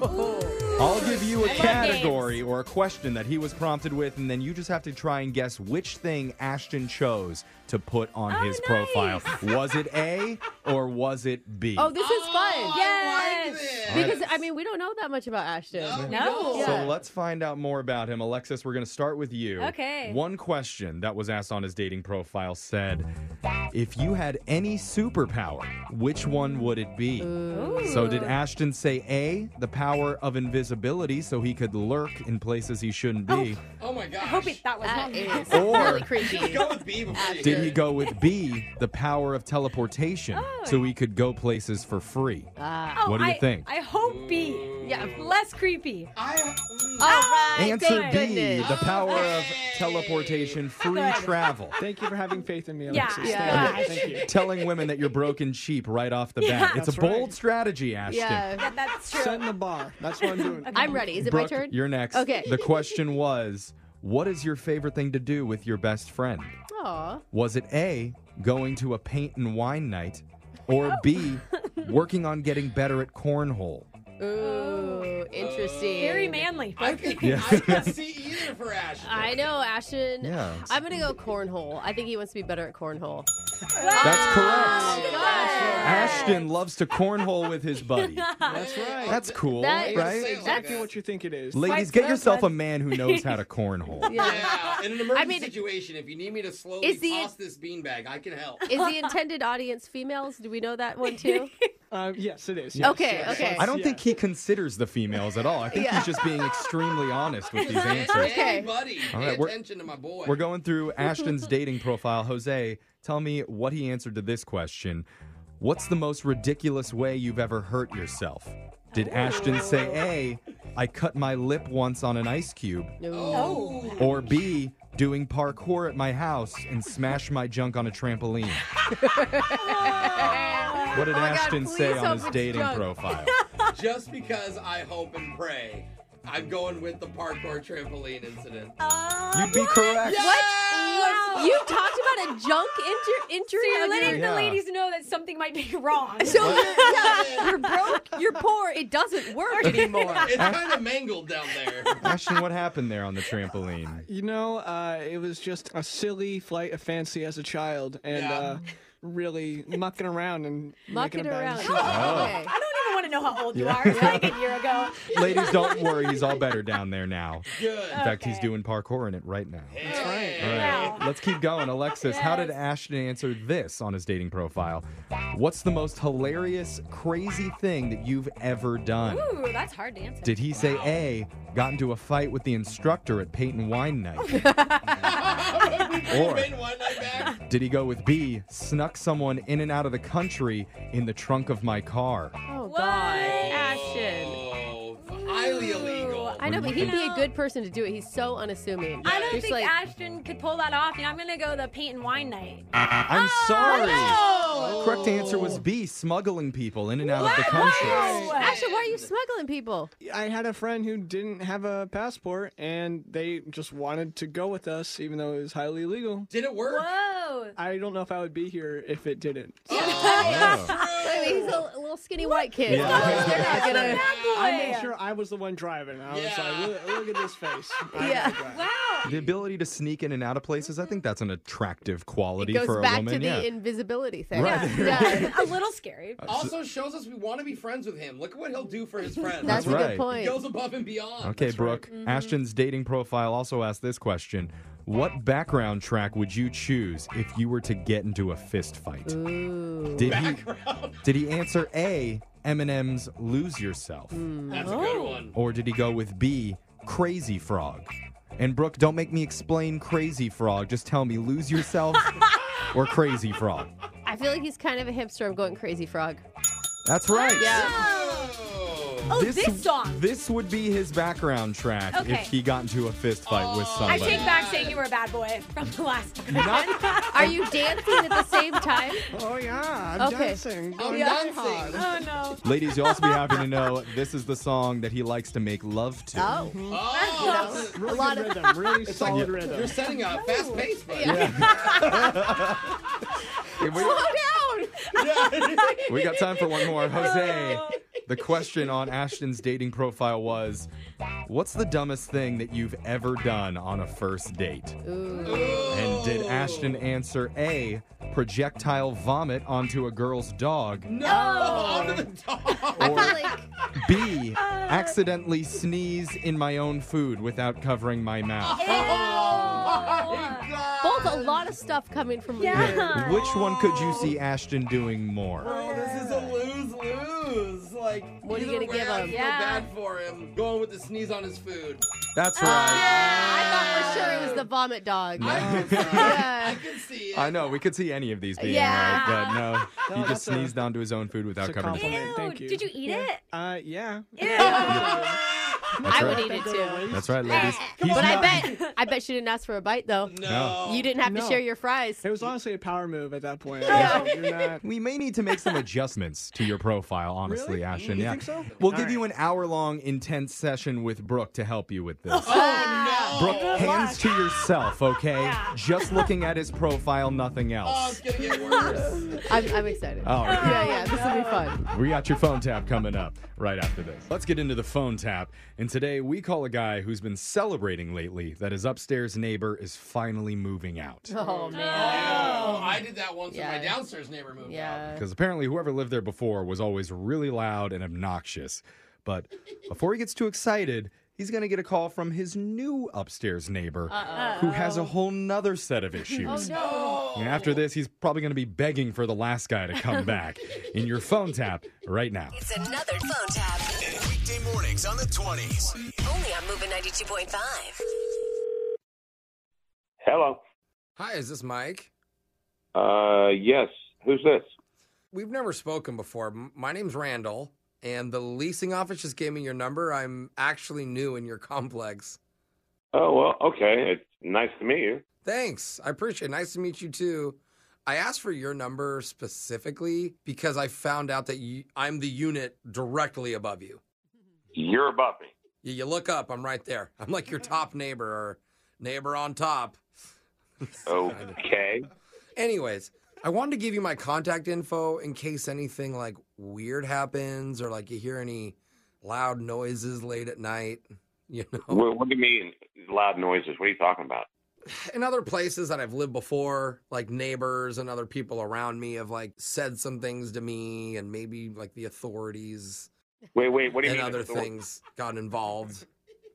I'll give you a category or a question that he was prompted with, and then you just have to try and guess which thing Ashton chose to put on his profile. Was it A or was it B? Oh, this is fun. Yes. Because I mean, we don't know that much about Ashton. No. Yeah. So let's find out more about him. Alexis, we're going to start with you. Okay. One question that was asked on his dating profile said If you had any superpower, which one would it be? So, did Ashton say A, the power of invisibility, so he could lurk in places he shouldn't be? Oh my gosh. I hope it, that was That not me. is Or- really creepy. Go with B before you Did he go with B, the power of teleportation, so he could go places for free? Ah. Oh, What do you I- think? I hope B. Yeah, less creepy. I, mm, All right. Answer thank B, goodness. the power of teleportation, free travel. Thank you for having faith in me, Yeah. Alexis. Yeah. Thank you. Thank you. telling women that you're broke and cheap right off the bat. Yeah. it's a That's bold right. strategy, Ashton. Yeah. That's true. Setting the bar. That's what I'm doing. I'm ready. Is it Brooke, my turn? you're next. Okay. The question was, what is your favorite thing to do with your best friend? Aw. Was it A, going to a paint and wine night, or B, working on getting better at cornhole? Ooh, Oh, interesting. Oh. Very manly. I can, Yeah. I can see either for Ashton. I know, Ashton. Yeah. I'm gonna go cornhole. I think he wants to be better at cornhole. That's correct. Good. Ashton loves to cornhole with his buddy. That's right. That's cool, That- right? exactly what you think it is. Ladies, get yourself a man who knows how to cornhole. Yeah, in an emergency I mean- situation, if you need me to slowly Is the- toss this beanbag, I can help. Is the intended audience females? Do we know that one too? Uh, yes, it is. Yes, Okay, yes, okay. yes, I don't yes. think he considers the females at all. I think he's just being extremely honest with these answers. Okay. Hey, buddy, All pay right, we're- attention to my boy. We're going through Ashton's dating profile. Jose, tell me what he answered to this question. What's the most ridiculous way you've ever hurt yourself? Did Ashton say A, I cut my lip once on an ice cube, Oh. or B, doing parkour at my house and smash my junk on a trampoline? What did Oh my God, Ashton say please on hope his it's dating junk. profile? Just because I hope and pray, I'm going with the parkour trampoline incident. Oh, You'd be correct. What? You talked about a junk inter- injury. So you're on your- letting Yeah. the ladies know that something might be wrong. So you're, yeah, you're broke. You're poor. It doesn't work anymore. It's kind of mangled down there. Ashton, what happened there on the trampoline? You know, uh, it was just a silly flight of fancy as a child, and Yeah. uh, really mucking around and Mucking making a bad around. Oh, decision. Oh, Okay. Oh, I don't even want to know how old you Yeah. are. It's like a year ago. Ladies, don't worry. He's all better down there now. Good. In fact, he's Okay. doing parkour in it right now. Hey. All right, Wow. let's keep going. Alexis, how did Ashton answer this on his dating profile? What's the most hilarious, crazy thing that you've ever done? Ooh, that's hard to answer. Did he say A, got into a fight with the instructor at Peyton Wine Night? Or. Or- Oh, One night back. did he go with B, snuck someone in and out of the country in the trunk of my car? Oh What? God, Ashton. Oh, highly illegal. I know, but he'd be a good person to do it. He's so unassuming. I don't Just think like, Ashton could pull that off. You know, I'm gonna go the paint and wine night. I'm sorry. Oh! Correct answer was B, smuggling people in and out of the What? country. Wow. Ashton, why are you smuggling people? I had a friend who didn't have a passport, and they just wanted to go with us, even though it was highly illegal. Did it work? Whoa. I don't know if I would be here if it didn't. Oh. I mean, he's a little skinny white kid. Yeah. so They're not gonna. Bad boy. I made sure I was the one driving. I was Yeah. like, look, look at this face. I'm Yeah. the guy. Wow. The ability to sneak in and out of places, I think that's an attractive quality Goes for a back woman. to the yeah. invisibility thing. Right. Uh, Yeah. a little scary. Also shows us we want to be friends with him. Look at what he'll do for his friends. That's, That's a right. good point. Goes above and beyond. Okay, Brooke. Mm-hmm. Ashton's dating profile also asked this question. What background track would you choose if you were to get into a fist fight? Ooh. Did he Did he answer A, Eminem's Lose Yourself? That's a good one. Or did he go with B, Crazy Frog? And Brooke, don't make me explain Crazy Frog. Just tell me Lose Yourself or Crazy Frog. I feel like he's kind of a hipster. I'm going crazy frog. That's right. Yeah. Oh, this, song. This would be his background track Okay. Oh, if he got into a fist fight with I somebody. take back saying you were a bad boy from the last one. Are you dancing at the same time? Oh, yeah. I'm Okay. dancing. I'm Going dancing. hard. oh no. Ladies, you'll also be happy to know this is the song that he likes to make love to. Oh. Oh, that's Really lot good of- rhythm. Really solid Yeah. rhythm. you're setting a fast pace, buddy. Hey, we, Down. we got time for one more. Jose, the question on Ashton's dating profile was What's the dumbest thing that you've ever done on a first date? And did Ashton answer A, projectile vomit onto a girl's dog? No, onto the dog. I feel like B, accidentally sneeze in my own food without covering my mouth? Oh. both a lot of stuff coming from you. Yeah. Which one could you see Ashton doing more? Oh, this is a lose lose. Like, What are you either gonna way, give I him? feel Yeah. bad for him. Going with the sneeze on his food. That's right. Ah, I thought for sure it was the vomit Oh, dog. I, Yeah. I can see it. I know, we could see any of these being Yeah. right, but no, No, he just that's a- sneezed onto his own food without That's a covering his compliment. mouth. Ew. Thank you. Did you eat it? Uh, yeah. I right. would eat it too. That's right, ladies. He's But I not- bet I bet she didn't ask for a bite though. No. You didn't have to No. share your fries. It was honestly a power move at that point. I was like, You're not. We may need to make some adjustments to your profile, honestly, Really? Ashton. You yeah. think so? We'll All give you right. an hour long intense session with Brooke to help you with this. Oh, no. Brooke, hands to yourself, okay? Just looking at his profile, nothing Oh, else. it's going to get worse. I'm, I'm excited. All right. Yeah, yeah, this will be fun. We got your phone tap coming up right after this. Let's get into the phone tap. And today we call a guy who's been celebrating lately that his upstairs neighbor is finally moving out. Oh man. Oh, I did that once Yeah. when my downstairs neighbor moved out. Yeah. Because apparently whoever lived there before was always really loud and obnoxious. But before he gets too excited, he's going to get a call from his new upstairs neighbor who has a whole nother set of issues. And after this, he's probably going to be begging for the last guy to come back in your phone tap right now. It's another phone tap. Weekday mornings on the 20s. Only on Moving 92.5. Hello. Hi, is this Mike? Uh, yes. Who's this? We've never spoken before. M- My name's Randall, and the leasing office just gave me your number. I'm actually new in your complex. Oh, well, okay. It's nice to meet you. Thanks. I appreciate it. Nice to meet you too. I asked for your number specifically because I found out that you, I'm the unit directly above you. You're above me. you. You look up, I'm right there. I'm like your Mm-hmm. top neighbor or neighbor on top. Okay. Anyways, I wanted to give you my contact info in case anything like weird happens or like you hear any loud noises late at night. You know, What, what do you mean, loud noises? What are you talking about? in other places that I've lived before, like neighbors and other people around me have like said some things to me and maybe like the authorities Wait, wait. What do you and mean? other it's the wor- things got involved.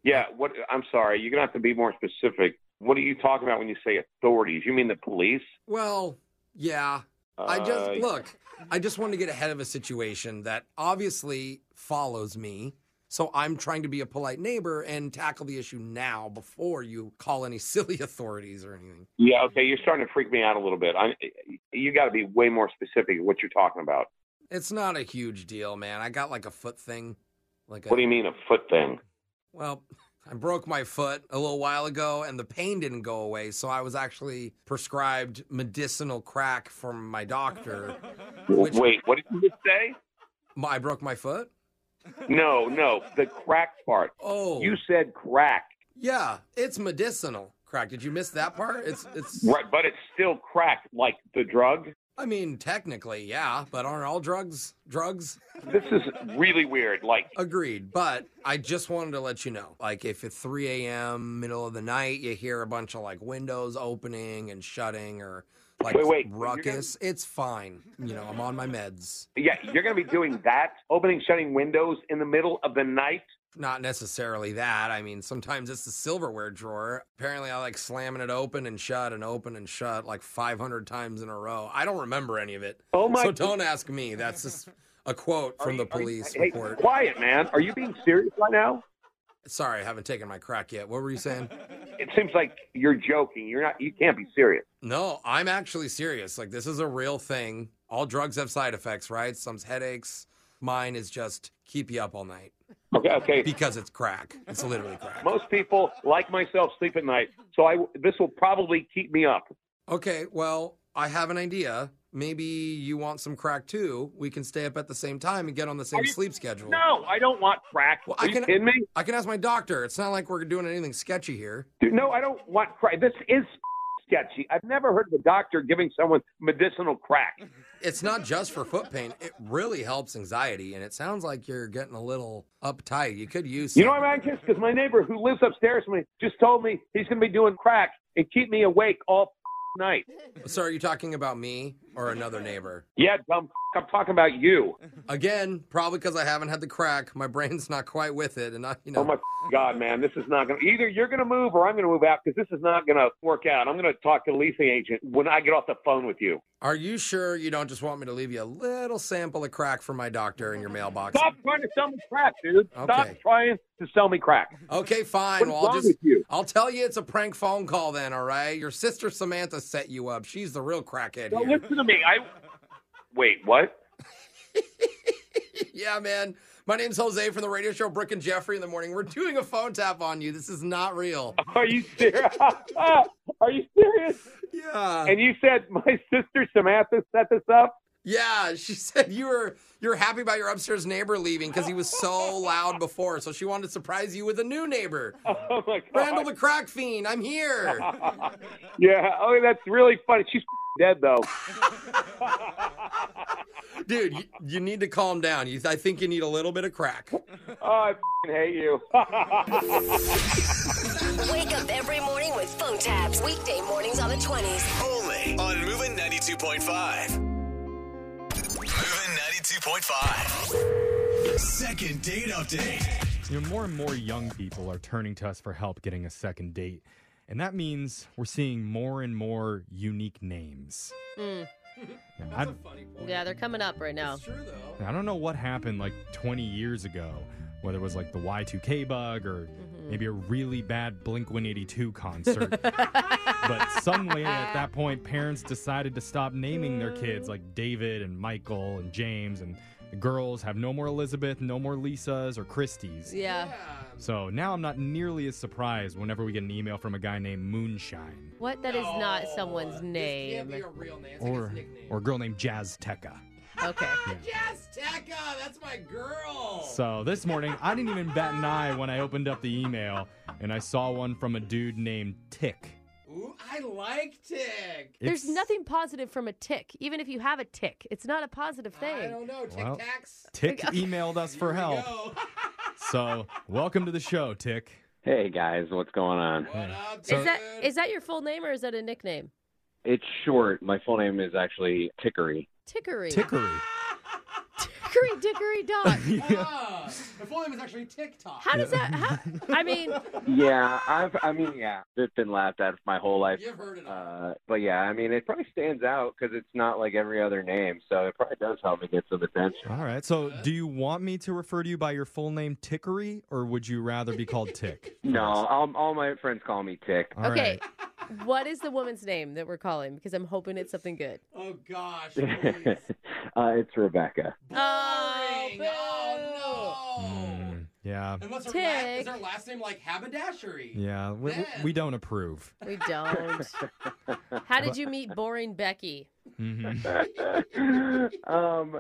Yeah. What? I'm sorry. You're gonna have to be more specific. What are you talking about when you say authorities? You mean the police? Well, yeah. I Uh, just look. I just want to get ahead of a situation that obviously follows me. So I'm trying to be a polite neighbor and tackle the issue now before you call any silly authorities or anything. Yeah. Okay. You're starting to freak me out a little bit. I, you got to be way more specific what you're talking about. It's not a huge deal, man. I got like a foot thing. Like a, What do you mean a foot thing? Well, I broke my foot a little while ago and the pain didn't go away, so I was actually prescribed medicinal crack from my doctor. W- Wait. What did you just say? My- I broke my foot? No, no. The crack part. Oh. You said crack. Yeah, it's medicinal crack. Did you miss that part? It's it's Right, but it's still crack, like the drug. I mean, technically, yeah, but aren't all drugs drugs? This is really weird. Like, Agreed, but I just wanted to let you know. Like, if at 3 a.m., middle of the night, you hear a bunch of like windows opening and shutting or like Wait, wait, you're gonna- ruckus, it's fine. You know, I'm on my meds. yeah, you're going to be doing that, opening, shutting windows in the middle of the night. Not necessarily that. I mean, sometimes it's the silverware drawer. Apparently, I like slamming it open and shut and open and shut like 500 times in a row. I don't remember any of it. Oh my- So don't ask me. That's just a quote from the police Hey, report. quiet, man. Are you being serious right now? Sorry, I haven't taken my crack yet. What were you saying? It seems like you're joking. You're not. You can't be serious. No, I'm actually serious. Like, this is a real thing. All drugs have side effects, right? Some's headaches. Mine is just keep you up all night Okay, okay. because it's crack. It's literally crack. Most people, like myself, sleep at night, so I this will probably keep me up. Okay, well, I have an idea. Maybe you want some crack too. We can stay up at the same time and get on the same sleep schedule. No, I don't want crack. Well, Are I you can- kidding me? I can ask my doctor. It's not like we're doing anything sketchy here. Dude, no, I don't want crack. This is sketchy. I've never heard of a doctor giving someone medicinal crack. It's not just for foot pain. It really helps anxiety, and it sounds like you're getting a little uptight. You could use. You know, I'm anxious because my neighbor who lives upstairs from me just told me he's going to be doing crack and keep me awake all night. So, are you talking about me or another neighbor? Yeah, dumb. I'm talking about you. Again, probably because I haven't had the crack. My brain's not quite with it, and I, you know. Oh my God, man, this is not going to. Either you're going to move or I'm going to move out because this is not going to work out. I'm going to talk to the leasing agent when I get off the phone with you. Are you sure you don't just want me to leave you a little sample of crack from my doctor in your mailbox? Stop trying to sell me crack, dude. Stop Okay. trying to sell me crack. Okay, What fine. is Well, I'll wrong just with you? I'll tell you it's a prank phone call then, all right? Your sister Samantha set you up. She's the real crackhead Now here. listen to me. I wait. What? yeah, man. My name's Jose from the radio show Brooke and Jeffrey in the morning. We're doing a phone tap on you. This is not real. Are you serious? Are you serious? Yeah. And you said my sister Samantha set this up. yeah, she said you were you're happy about your upstairs neighbor leaving because he was so loud before, so she wanted to surprise you with a new neighbor. Oh my God. Randall the crack fiend, I'm here. Yeah. Oh, that's really funny. She's dead though. Dude, you, you need to calm down. You, I think you need a little bit of crack. Oh, I f***ing hate you. Wake up every morning with phone tabs. Weekday mornings on the 20s. Only on Moving 92.5. Moving 92.5. Second date update. You know, more and more young people are turning to us for help getting a second date. And that means we're seeing more and more unique names. Mm. Yeah, I, Yeah, they're coming up right now. I don't know what happened like 20 years ago, whether it was like the Y2K bug or maybe a really bad Blink 182 concert. but suddenly at that point, parents decided to stop naming their kids like David and Michael and James, and the girls have no more Elizabeth, no more Lisas or Christies. Yeah. So now I'm not nearly as surprised whenever we get an email from a guy named Moonshine What? That is not someone's name. or or a girl named Jazz Tekka. Okay. Yes, Tekka, that's my girl. Oh, So this morning I didn't even bat an eye when I opened up the email and I saw one from a dude named Tick. Ooh, I like Tick. There's It's- nothing positive from a tick, even if you have a tick. It's not a positive thing. I don't know, Tic Well, Tacs. Tick emailed us for help. So welcome to the show, Tick. Hey guys, what's going on? So- is that is that your full name or is that a nickname? It's short. My full name is actually Tickery. Tickery. Tickery. Hickory dickory dock. Ah, the full name is actually TikTok. How does that? How, I mean, Yeah, I've. I mean, yeah, it's been laughed at my whole life. You've heard it. Uh, but yeah, I mean, it probably stands out because it's not like every other name, so it probably does help me get some attention. All right. So, do you want me to refer to you by your full name, Tickery, or would you rather be called Tick? No, all, all my friends call me Tick. All okay. What is the woman's name that we're calling? Because I'm hoping it's something good. Oh gosh. right. uh, it's Rebecca. Oh, Mm, yeah. And what's her last, is her last name like haberdashery? Yeah. We, we- we don't approve. We don't. How did you meet boring Becky? um,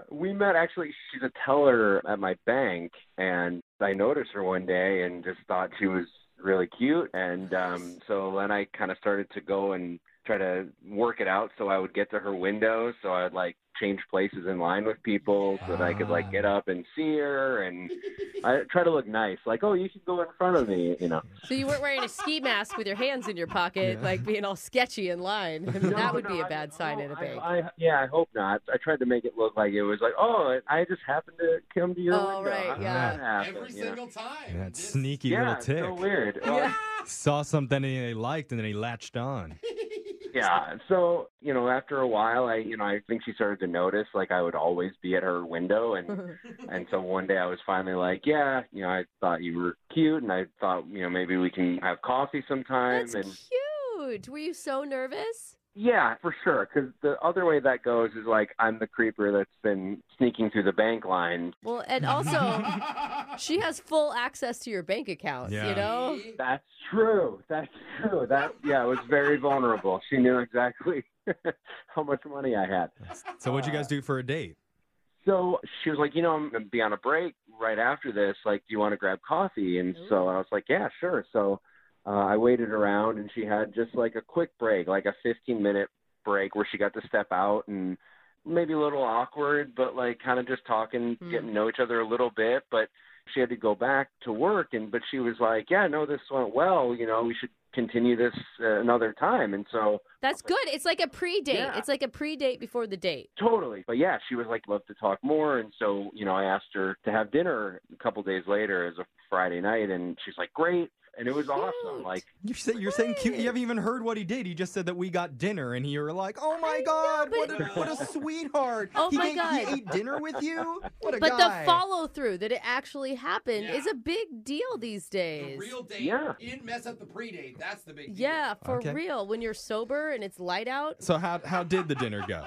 we met actually. She's a teller at my bank, and I noticed her one day and just thought she was really cute. And um, so then I kind of started to go and try to work it out. So I would get to her window, so I would like change places in line with people, so that I could like get up and see her, and I try to look nice, like oh you should go in front of me, you know. So you weren't wearing a ski mask with your hands in your pocket, like being all sketchy in line. I mean, that would be a bad sign at a bank. I yeah, I hope not. I tried to make it look like it was like, oh, I just happened to come to your Oh, window. right, How did yeah. that happen, Every you know? single time. That sneaky Yeah, little it's tick. so weird. Uh, Well, Saw something he liked and then he latched on. Yeah. So, you know, after a while I you know, I think she started to notice like I would always be at her window and and so one day I was finally like, Yeah, you know, I thought you were cute and I thought, you know, maybe we can have coffee sometime That's and cute. Were you so nervous? Yeah, for sure. 'Cause the other way that goes is like I'm the creeper that's been sneaking through the bank line. Well, and also, she has full access to your bank account. Yeah. You know, That's true. That's true. That yeah, it was very vulnerable. She knew exactly how much money I had. So, what'd you Uh, guys do for a date? So she was like, you know, I'm gonna be on a break right after this. Like, do you want to grab coffee? And so I was like, yeah, sure. So uh, I waited around, and she had just like a quick break, like a 15 minute break, where she got to step out and maybe a little awkward, but like kind of just talking, Hmm. getting to know each other a little bit. But she had to go back to work, and but she was like, yeah, no, this went well. You know, we should continue this uh, another time. And so that's good. It's like a pre-date. Yeah. It's like a pre-date before the date. Totally. But yeah, she was like, love to talk more. And so, you know, I asked her to have dinner a couple days later as a Friday night. And she's like, great. And it was awesome. Like, You're, say, you're saying cute. You haven't even heard what he did. He just said that we got dinner, and you were like, "Oh my god, what, a, what a sweetheart! Oh he my ate, God. he ate dinner with you. What a but guy!" the follow through that it actually happened is a big deal these days. Real date. You didn't mess up the pre-date. That's the big. Yeah, for Okay. real. When you're sober and it's light out, so how how did the dinner go?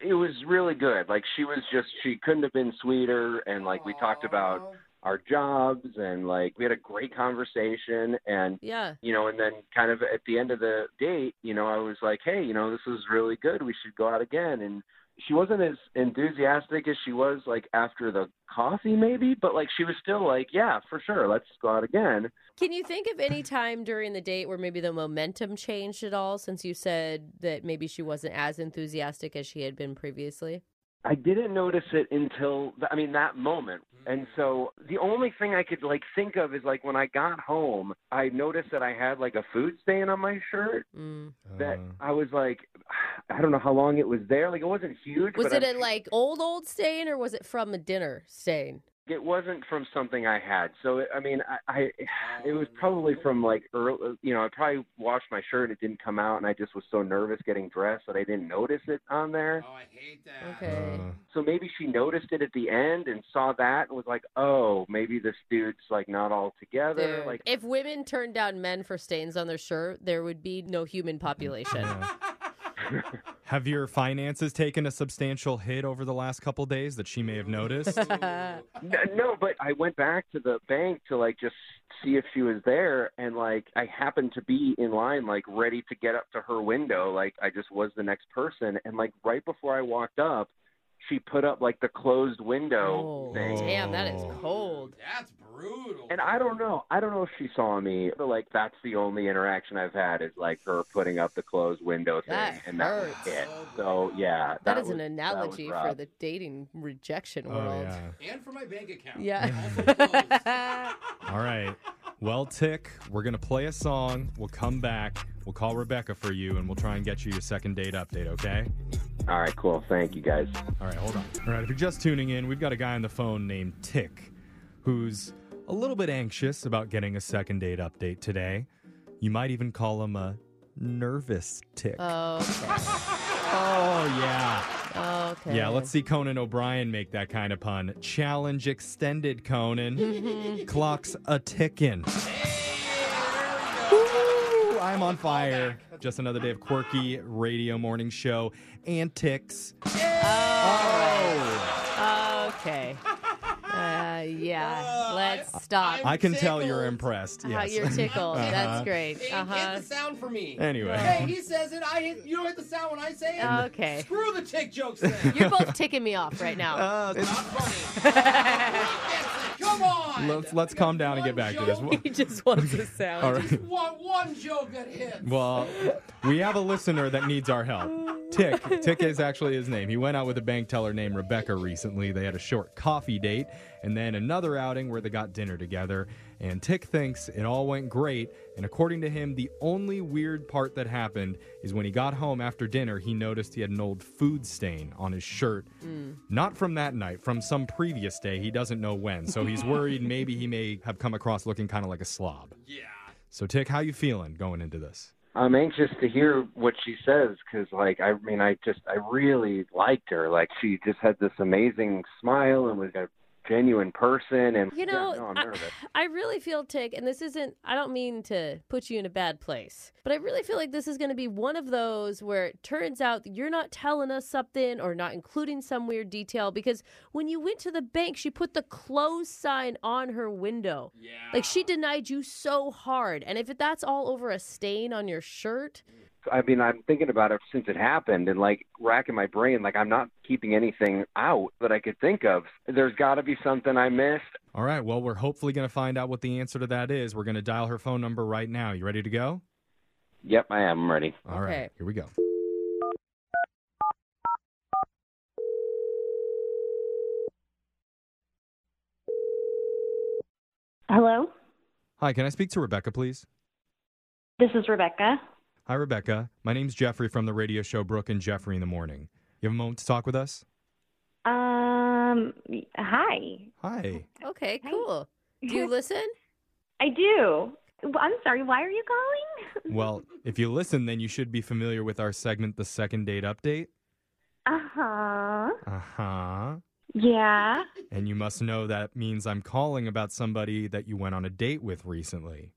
it was really good. Like, she was just, she couldn't have been sweeter. And like, we talked about our jobs and like, we had a great conversation. And, yeah. you know, and then kind of at the end of the date, you know, I was like, hey, you know, this was really good. We should go out again. And she wasn't as enthusiastic as she was like after the coffee, maybe, but like she was still like, yeah, for sure, let's go out again. Can you think of any time during the date where maybe the momentum changed at all since you said that maybe she wasn't as enthusiastic as she had been previously? I didn't notice it until th- I mean that moment. Mm-hmm. And so the only thing I could like think of is like when I got home, I noticed that I had like a food stain on my shirt Mm. that I was like I don't know how long it was there. Like it wasn't huge, Was but it I- a like old old stain or was it from a dinner stain? it wasn't from something I had. So it, I mean, I, I it Oh. was probably from like early, you know, I probably washed my shirt. It didn't come out, and I just was so nervous getting dressed that I didn't notice it on there. Oh, I hate that. Okay. So maybe she noticed it at the end and saw that and was like, oh, maybe this dude's like not all together. Dude, Like, if women turned down men for stains on their shirt, there would be no human population. Have your finances taken a substantial hit over the last couple days that she may have noticed? N- no, but I went back to the bank to like just see if she was there, and like I happened to be in line, like ready to get up to her window. Like I just was the next person, and like right before I walked up, she put up like the closed window thing. Oh, Damn, that is cold. Oh. That's brutal. And I don't know. I don't know if she saw me, but like that's the only interaction I've had is like her putting up the closed window thing, That and that hurts. was it. So yeah, that, that is was- an that was analogy for rough. the dating Oh, rejection world. And for my bank account. Yeah. All right. Well, Tick, we're going to play a song. We'll come back. We'll call Rebecca for you and we'll try and get you your second date update, okay? All right, cool. Thank you guys. All right, hold on. All right, if you're just tuning in, we've got a guy on the phone named Tick who's a little bit anxious about getting a second date update today. You might even call him a nervous tick. Oh. oh, yeah. Okay. Yeah, let's see Conan O'Brien make that kind of pun. Challenge extended, Conan. Clock's a ticking. Woo! I'm on fire. Just another day of quirky radio morning show antics. Oh, Okay. Uh, yeah. Let's stop. I can tell you're impressed. Uh-huh, Yes. You're tickled. That's Uh-huh. great. Hit, Uh huh. hit the sound for me. Anyway. Hey, he says it. I hit. You don't hit the sound when I say it. Okay. Screw the tick jokes. Then. You're both ticking me off right now. Come on. Let's let's calm down and get back to this. He just wants a sound. All right. Want one joke at him. Well, we have a listener that needs our help. Tick. Tick is actually his name. He went out with a bank teller named Rebecca recently. They had a short coffee date and then another outing where they got dinner together. And Tick thinks it all went great. And according to him, the only weird part that happened is when he got home after dinner, he noticed he had an old food stain on his shirt. Hmm. Mm. Not from that night, from some previous day. He doesn't know when. So he's worried maybe he may have come across looking kind of like a slob. Yeah. So, Tick, how you feeling going into this? I'm anxious to hear what she says because, like, I mean, I just, I really liked her. Like, she just had this amazing smile and was a genuine person. And You know, yeah, no, I'm I- nervous. I really feel, Tick, and this isn't, I don't mean to put you in a bad place, but I really feel like this is going to be one of those where it turns out that you're not telling us something or not including some weird detail because when you went to the bank, she put the close sign on her window. Yeah. Like she denied you so hard. And if that's all over a stain on your shirt, I mean, I'm thinking about it since it happened and like racking my brain. Like, I'm not keeping anything out that I could think of. There's got to be something I missed. All right. Well, we're hopefully going to find out what the answer to that is. We're going to dial her phone number right now. You ready to go? Yep, I am ready. All right. Okay. Here we go. Hello, Hi, can I speak to Rebecca, please? this is Rebecca. Hi, Rebecca. My name's Jeffrey from the radio show Brooke and Jeffrey in the Morning. You have a moment to talk with us? Um, hi. Hi. okay, cool. Do you listen? I do. Well, I'm sorry, why are you calling? Well, if you listen, then you should be familiar with our segment, The Second Date Update. Uh huh. Uh huh. Yeah. And you must know that means I'm calling about somebody that you went on a date with recently.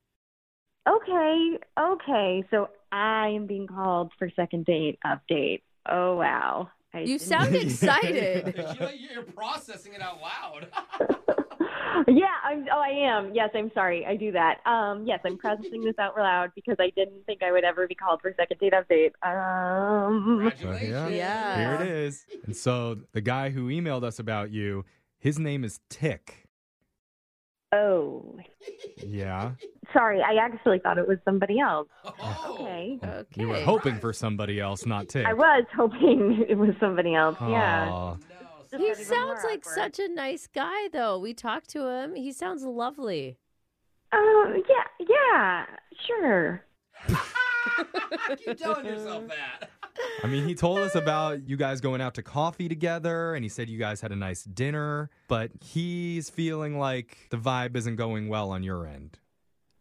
Okay, okay. So I am being called for second date update. Oh, wow. I You didn't- sound excited. You're processing it out loud. yeah, I'm, oh, I am. Yes, I'm sorry. I do that. Um, yes, I'm processing this out loud because I didn't think I would ever be called for second date update. Um, Yeah. Yeah. Here it is. And so the guy who emailed us about you, his name is Tick. oh, Yeah. sorry. I actually thought it was somebody else. Okay. You were hoping for somebody else, not Tick. I was hoping it was somebody else. Yeah. Aw. He sounds like such a nice guy, though. We talked to him. He sounds lovely. Um. Yeah. Yeah. Sure. Keep telling yourself that. I mean, he told us about you guys going out to coffee together, and he said you guys had a nice dinner, but he's feeling like the vibe isn't going well on your end.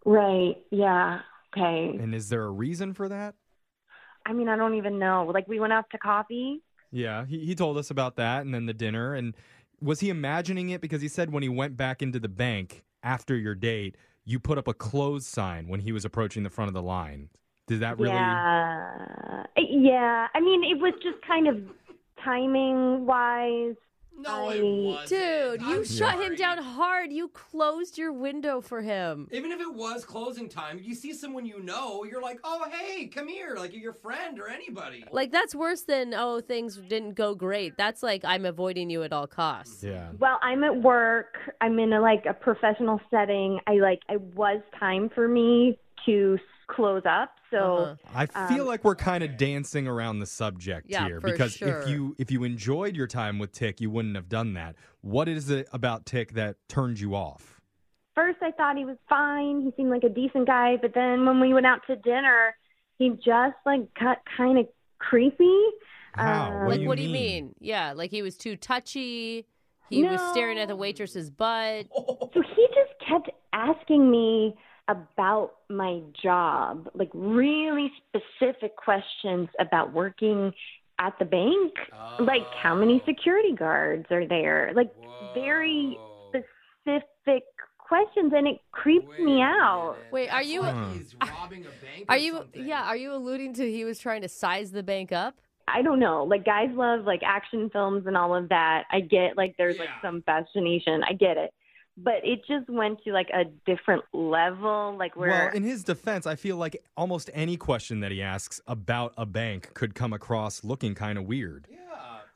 Right. Yeah. Okay. And is there a reason for that? I mean, I don't even know. Like, we went out to coffee. Yeah, he, he told us about that and then the dinner. And was he imagining it? Because he said when he went back into the bank after your date, you put up a close sign when he was approaching the front of the line. Did that really? Yeah. Yeah. I mean, it was just kind of timing wise. No, I... Dude, you I'm shut sorry. him down hard. You closed your window for him. Even if it was closing time, you see someone you know, you're like, oh, hey, come here. Like, you're your friend or anybody. Like that's worse than oh things didn't go great. That's like I'm avoiding you at all costs. Yeah. Well, I'm at work. I'm in a, like a professional setting. I like. It was time for me to close up. So. I feel um, like we're kind of dancing around the subject Yeah, here for because sure. if you if you enjoyed your time with Tick, you wouldn't have done that. What is it about Tick that turned you off? first I thought he was fine. He seemed like a decent guy, but then when we went out to dinner, he just like got kind of creepy. Um, How? What like, do you what do you mean? mean? Yeah, like he was too touchy. He was staring at the waitress's butt. Oh, So he just kept asking me about my job, like really specific questions about working at the bank, like how many Oh. security guards are there, like very specific questions, and it creeped me out. Wait, are you? He's robbing a bank. Are you? Yeah, are you alluding to he was trying to size the bank up? I don't know. Like guys love like action films and all of that. I get like there's like some fascination. I get it. But it just went to like a different level, like where Well, in his defense, I feel like almost any question that he asks about a bank could come across looking kind of weird. Yeah.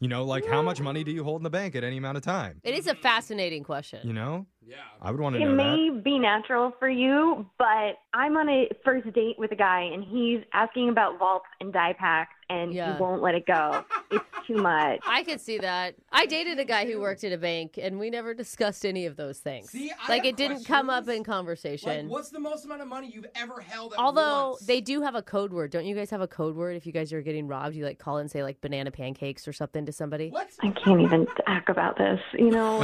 You know, like how much money do you hold in the bank at any amount of time? It is a fascinating question. You know? Yeah. I would want to it know may that. be natural for you, but I'm on a first date with a guy and he's asking about Volps and dye packs and Yeah. he won't let it go. it's too much. I could see that. I dated a guy who worked at a bank, and we never discussed any of those things. See, I like have it didn't come up in conversation. Like, what's the most amount of money you've ever held? At Although once? they do have a code word, don't you guys have a code word? If you guys are getting robbed, you like call and say like banana pancakes or something to somebody. What? I can't even talk about this, you know?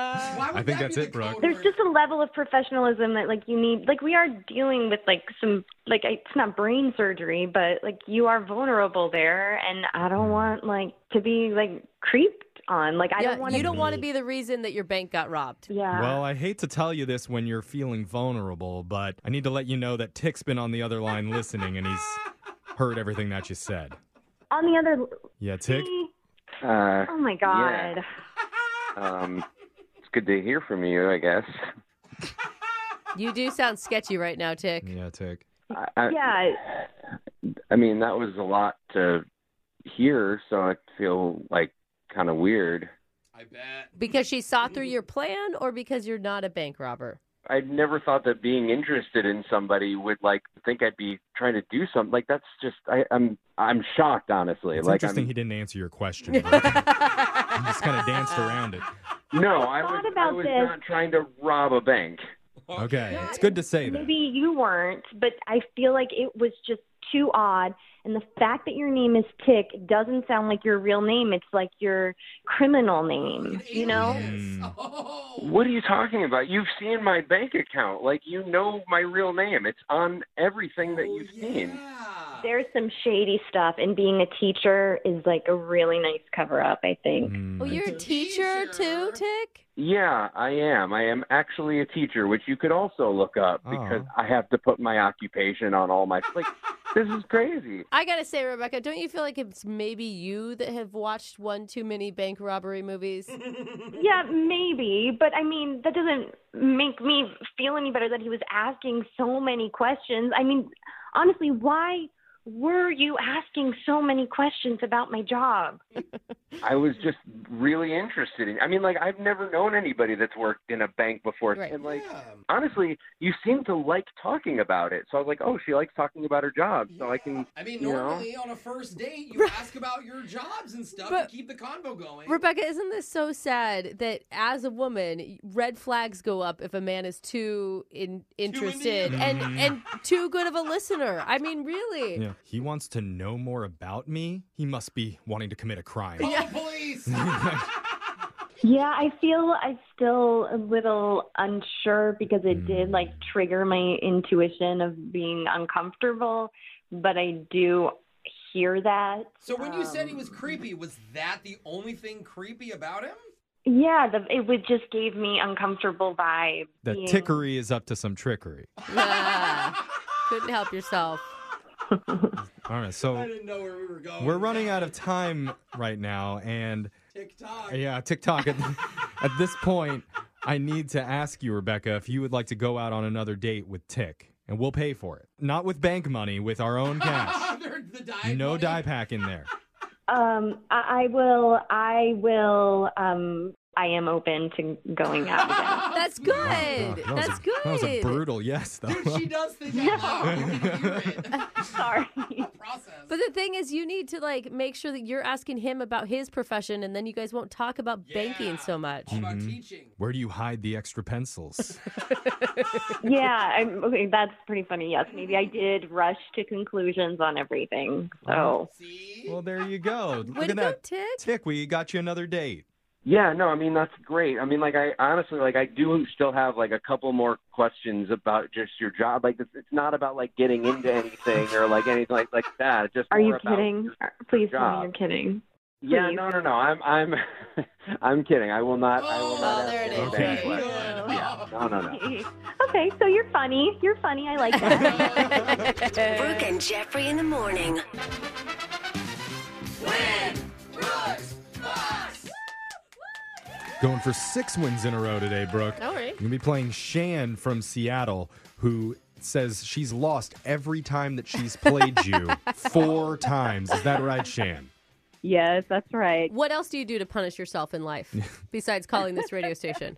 Oh, like, I think that's it, Brooke. there's just a level of professionalism that like you need like we are dealing with like some like I- it's not brain surgery, but like you are vulnerable there and I Mm. don't want like to be like creeped on. Like I yeah, don't want you don't want to be the reason that your bank got robbed. Yeah. Well, I hate to tell you this when you're feeling vulnerable, but I need to let you know that Tick's been on the other line listening and he's heard everything that you said. on the other Yeah, Tick? Uh, Oh my yeah. god. Um, it's good to hear from you, I guess. You do sound sketchy right now, Tick. Yeah, Tick. I, I, Uh, Yeah. I mean, that was a lot to hear, so I feel like kind of weird. Because she saw through your plan, or because you're not a bank robber. I never thought that being interested in somebody would like think I'd be trying to do something. Like that's just I, I'm I'm shocked, honestly. It's like interesting I'm, he didn't answer your question. Brooke. you just kind of danced around it. no, I was I about was this. not trying to rob a bank. Okay. It's good to say that. Maybe you weren't, but I feel like it was just too odd. And the fact that your name is Tick doesn't sound like your real name. It's like your criminal name, you know? What are you talking about? You've seen my bank account. Like you know my real name. It's on everything that you've seen. There's some shady stuff, and being a teacher is like a really nice cover up, I think. Mm. Mm. Oh, you're a teacher too, Tick. Yeah, I am. I am actually a teacher, which you could also look up Oh. because I have to put my occupation on all my like this is crazy. I gotta say, Rebecca, don't you feel like it's maybe you that have watched one too many bank robbery movies? Yeah, maybe, but I mean, that doesn't make me feel any better that he was asking so many questions. I mean, honestly, why were you asking so many questions about my job? I was just really interested in I mean like I've never known anybody that's worked in a bank before and like honestly, you seem to like talking about it. So I was like, "Oh, she likes talking about her job." So I can I mean, you know. normally on a first date, you ask about your jobs and stuff to keep the convo going. Rebecca, isn't this so sad that as a woman, red flags go up if a man is too in- interested and Mhm. and too good of a listener? I mean, really. Yeah. He wants to know more about me. He must be wanting to commit a crime. police. Yeah, I feel I'm still a little unsure because it Mm. did like trigger my intuition of being uncomfortable, but I do hear that. So when you said he Um. was creepy, was that the only thing creepy about him? Yeah, the, it would just gave me uncomfortable vibe. That being- tickery is up to some trickery. Ah, couldn't help yourself. All right, so didn't know where we were going. we're running out of time right now, and TikTok. yeah, TikTok. At, at this point, I need to ask you, Rebecca, if you would like to go out on another date with Tick, and we'll pay for it. Not with bank money, with our own cash. no die pack in there. Um, I, I will. I will. Um, I am open to going out again. That's good. Oh that was That's a- That was a good. brutal yes, though. Dude, she does think Sorry. But the thing is, you need to like make sure that you're asking him about his profession, and then you guys won't talk about banking so much. Mhm. Where do you hide the extra pencils? yeah, I'm, okay, that's pretty funny. Yes, maybe I did rush to conclusions on everything. So Well, there you go. Look Way to at go, that. Tick. we got you another date. Yeah, no, I mean that's great. I mean, like I honestly, like I do still have like a couple more questions about just your job. Like it's, it's not about like getting into anything or like anything like like that. It's just are you more about kidding? Uh, Please tell me job. you're kidding. Yeah, Please. no, no, no. I'm I'm I'm kidding. I will not. I will not. Oh, there ask it is. any Okay. questions. Yeah, no, no, no. Okay, so you're funny. You're funny. I like that. Brooke and Jeffrey in the morning. Going for six wins in a row today, Brooke. All right. You're going to be playing Shan from Seattle, who says she's lost every time that she's played you. Four times. Is that right, Shan? Yes, that's right. What else do you do to punish yourself in life besides calling this radio station?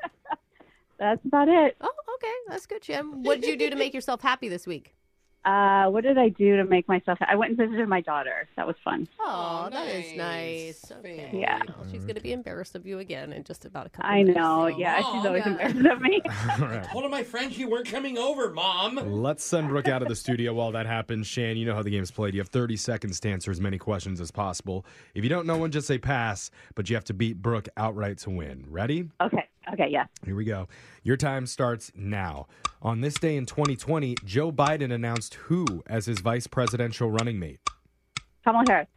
That's about it. Oh, okay, that's good, Jim. What did you do to make yourself happy this week? Uh, what did I do to make myself? I went and visited my daughter. That was fun. Oh, that is nice. Okay. Yeah. Well, she's going to be embarrassed of you again in just about a couple. I minutes. know. Yeah, she's always embarrassed of me. All right. One of my friends, you weren't coming over, mom. Let's send Brooke out of the studio while that happens. Shan, you know how the game's played. You have 30 seconds to answer as many questions as possible. If you don't know one, just say pass, but you have to beat Brooke outright to win. Ready? Okay. Okay. Yeah. Here we go. Your time starts now. On this day in 2020, Joe Biden announced who as his vice presidential running mate? Kamala Harris.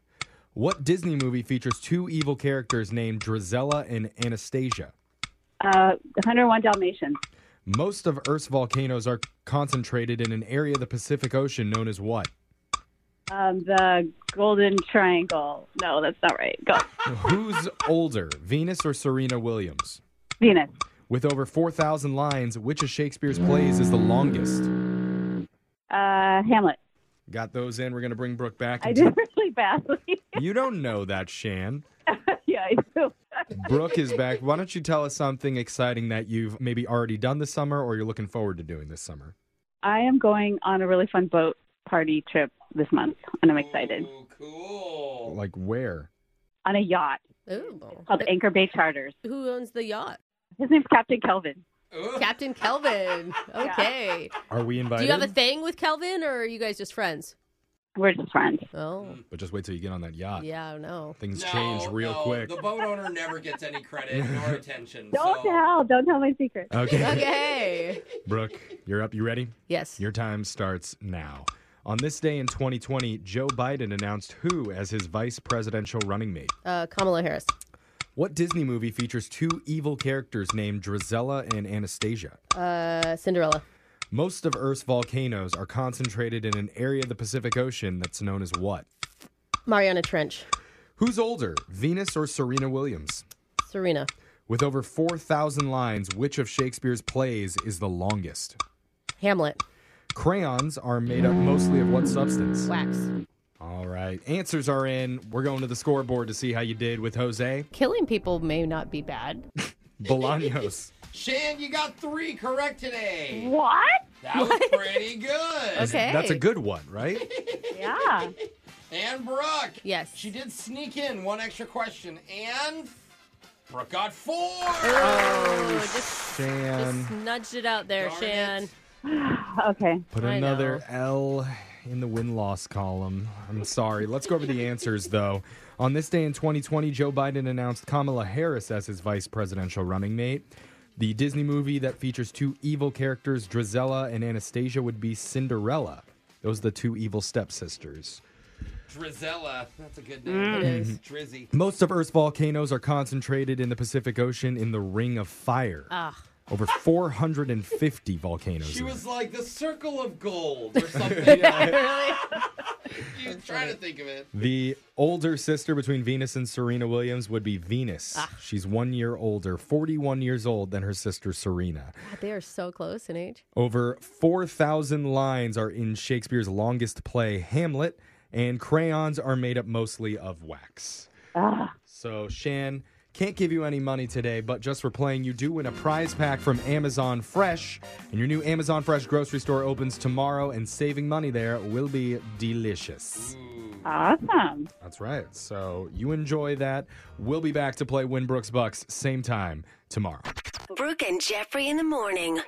What Disney movie features two evil characters named Drizella and Anastasia? Uh, 101 Dalmatians. Most of Earth's volcanoes are concentrated in an area of the Pacific Ocean known as what? Um, the Golden Triangle. No, that's not right. Go. Who's older, Venus or Serena Williams? Venus. With over 4,000 lines, which of Shakespeare's plays is the longest? Uh, Hamlet. Got those in. We're going to bring Brooke back. I into- did really badly. You don't know that, Shan. yeah, I do. Brooke is back. Why don't you tell us something exciting that you've maybe already done this summer or you're looking forward to doing this summer? I am going on a really fun boat party trip this month, and I'm excited. Oh. Like where? On a yacht Ooh. called Anchor Bay Charters. Who owns the yacht? His name's Captain Kelvin. Captain Kelvin. Okay. Are we Do invited? you have a thing with Kelvin, or are you guys just friends? We're just friends. Oh. But just wait till you get on that yacht. Yeah, I don't know. Things No, change real no, quick. The boat owner never gets any credit nor attention. Don't so. tell. Don't tell my secret. Okay. Okay. Brooke, you're up. You ready? Yes. Your time starts now. On this day in 2020, Joe Biden announced who as his vice presidential running mate. Uh, Kamala Harris. What Disney movie features two evil characters named Drizella and Anastasia? Uh, Cinderella. Most of Earth's volcanoes are concentrated in an area of the Pacific Ocean that's known as what? Mariana Trench. Who's older, Venus or Serena Williams? Serena. With over 4,000 lines, which of Shakespeare's plays is the longest? Hamlet. Crayons are made up mostly of what substance? Wax. All right. Answers are in. We're going to the scoreboard to see how you did with Jose Killing people may not be bad. Bolaños. Shan, you got three correct today. What? That was pretty good. Is- That's a good one, right? Yeah. And Brooke. Yes. She did sneak in one extra question, and Brooke got four. Shan. Just Oh, nudged it out there, Shan. okay. Put I another L in the win loss column. I'm sorry. Let's go over the answers, though. On this day in 2020, Joe Biden announced Kamala Harris as his vice presidential running mate. The Disney movie that features two evil characters, Drizella and Anastasia, would be Cinderella. Those are the two evil stepsisters. Drizella. That's a good name. Mm. It is. Drizzy. Most of Earth's volcanoes are concentrated in the Pacific Ocean in the Ring of Fire. Ah. Over 450 volcanoes. She in was like the circle of gold or something. Yeah. She was trying to think of it. The older sister between Venus and Serena Williams would be Venus. She's one year older, 41 years old than her sister Serena. God, they are so close in age. Over 4,000 lines are in Shakespeare's longest play, Hamlet, and crayons are made up mostly of wax. So, Shan, Can't give you any money today, but just for playing, you do win a prize pack from Amazon Fresh. And your new Amazon Fresh grocery store opens tomorrow, and saving money there will be delicious. Awesome. That's right. So you enjoy that. We'll be back to play Winbrooks Bucks same time tomorrow. Brooke and Jeffrey in the morning.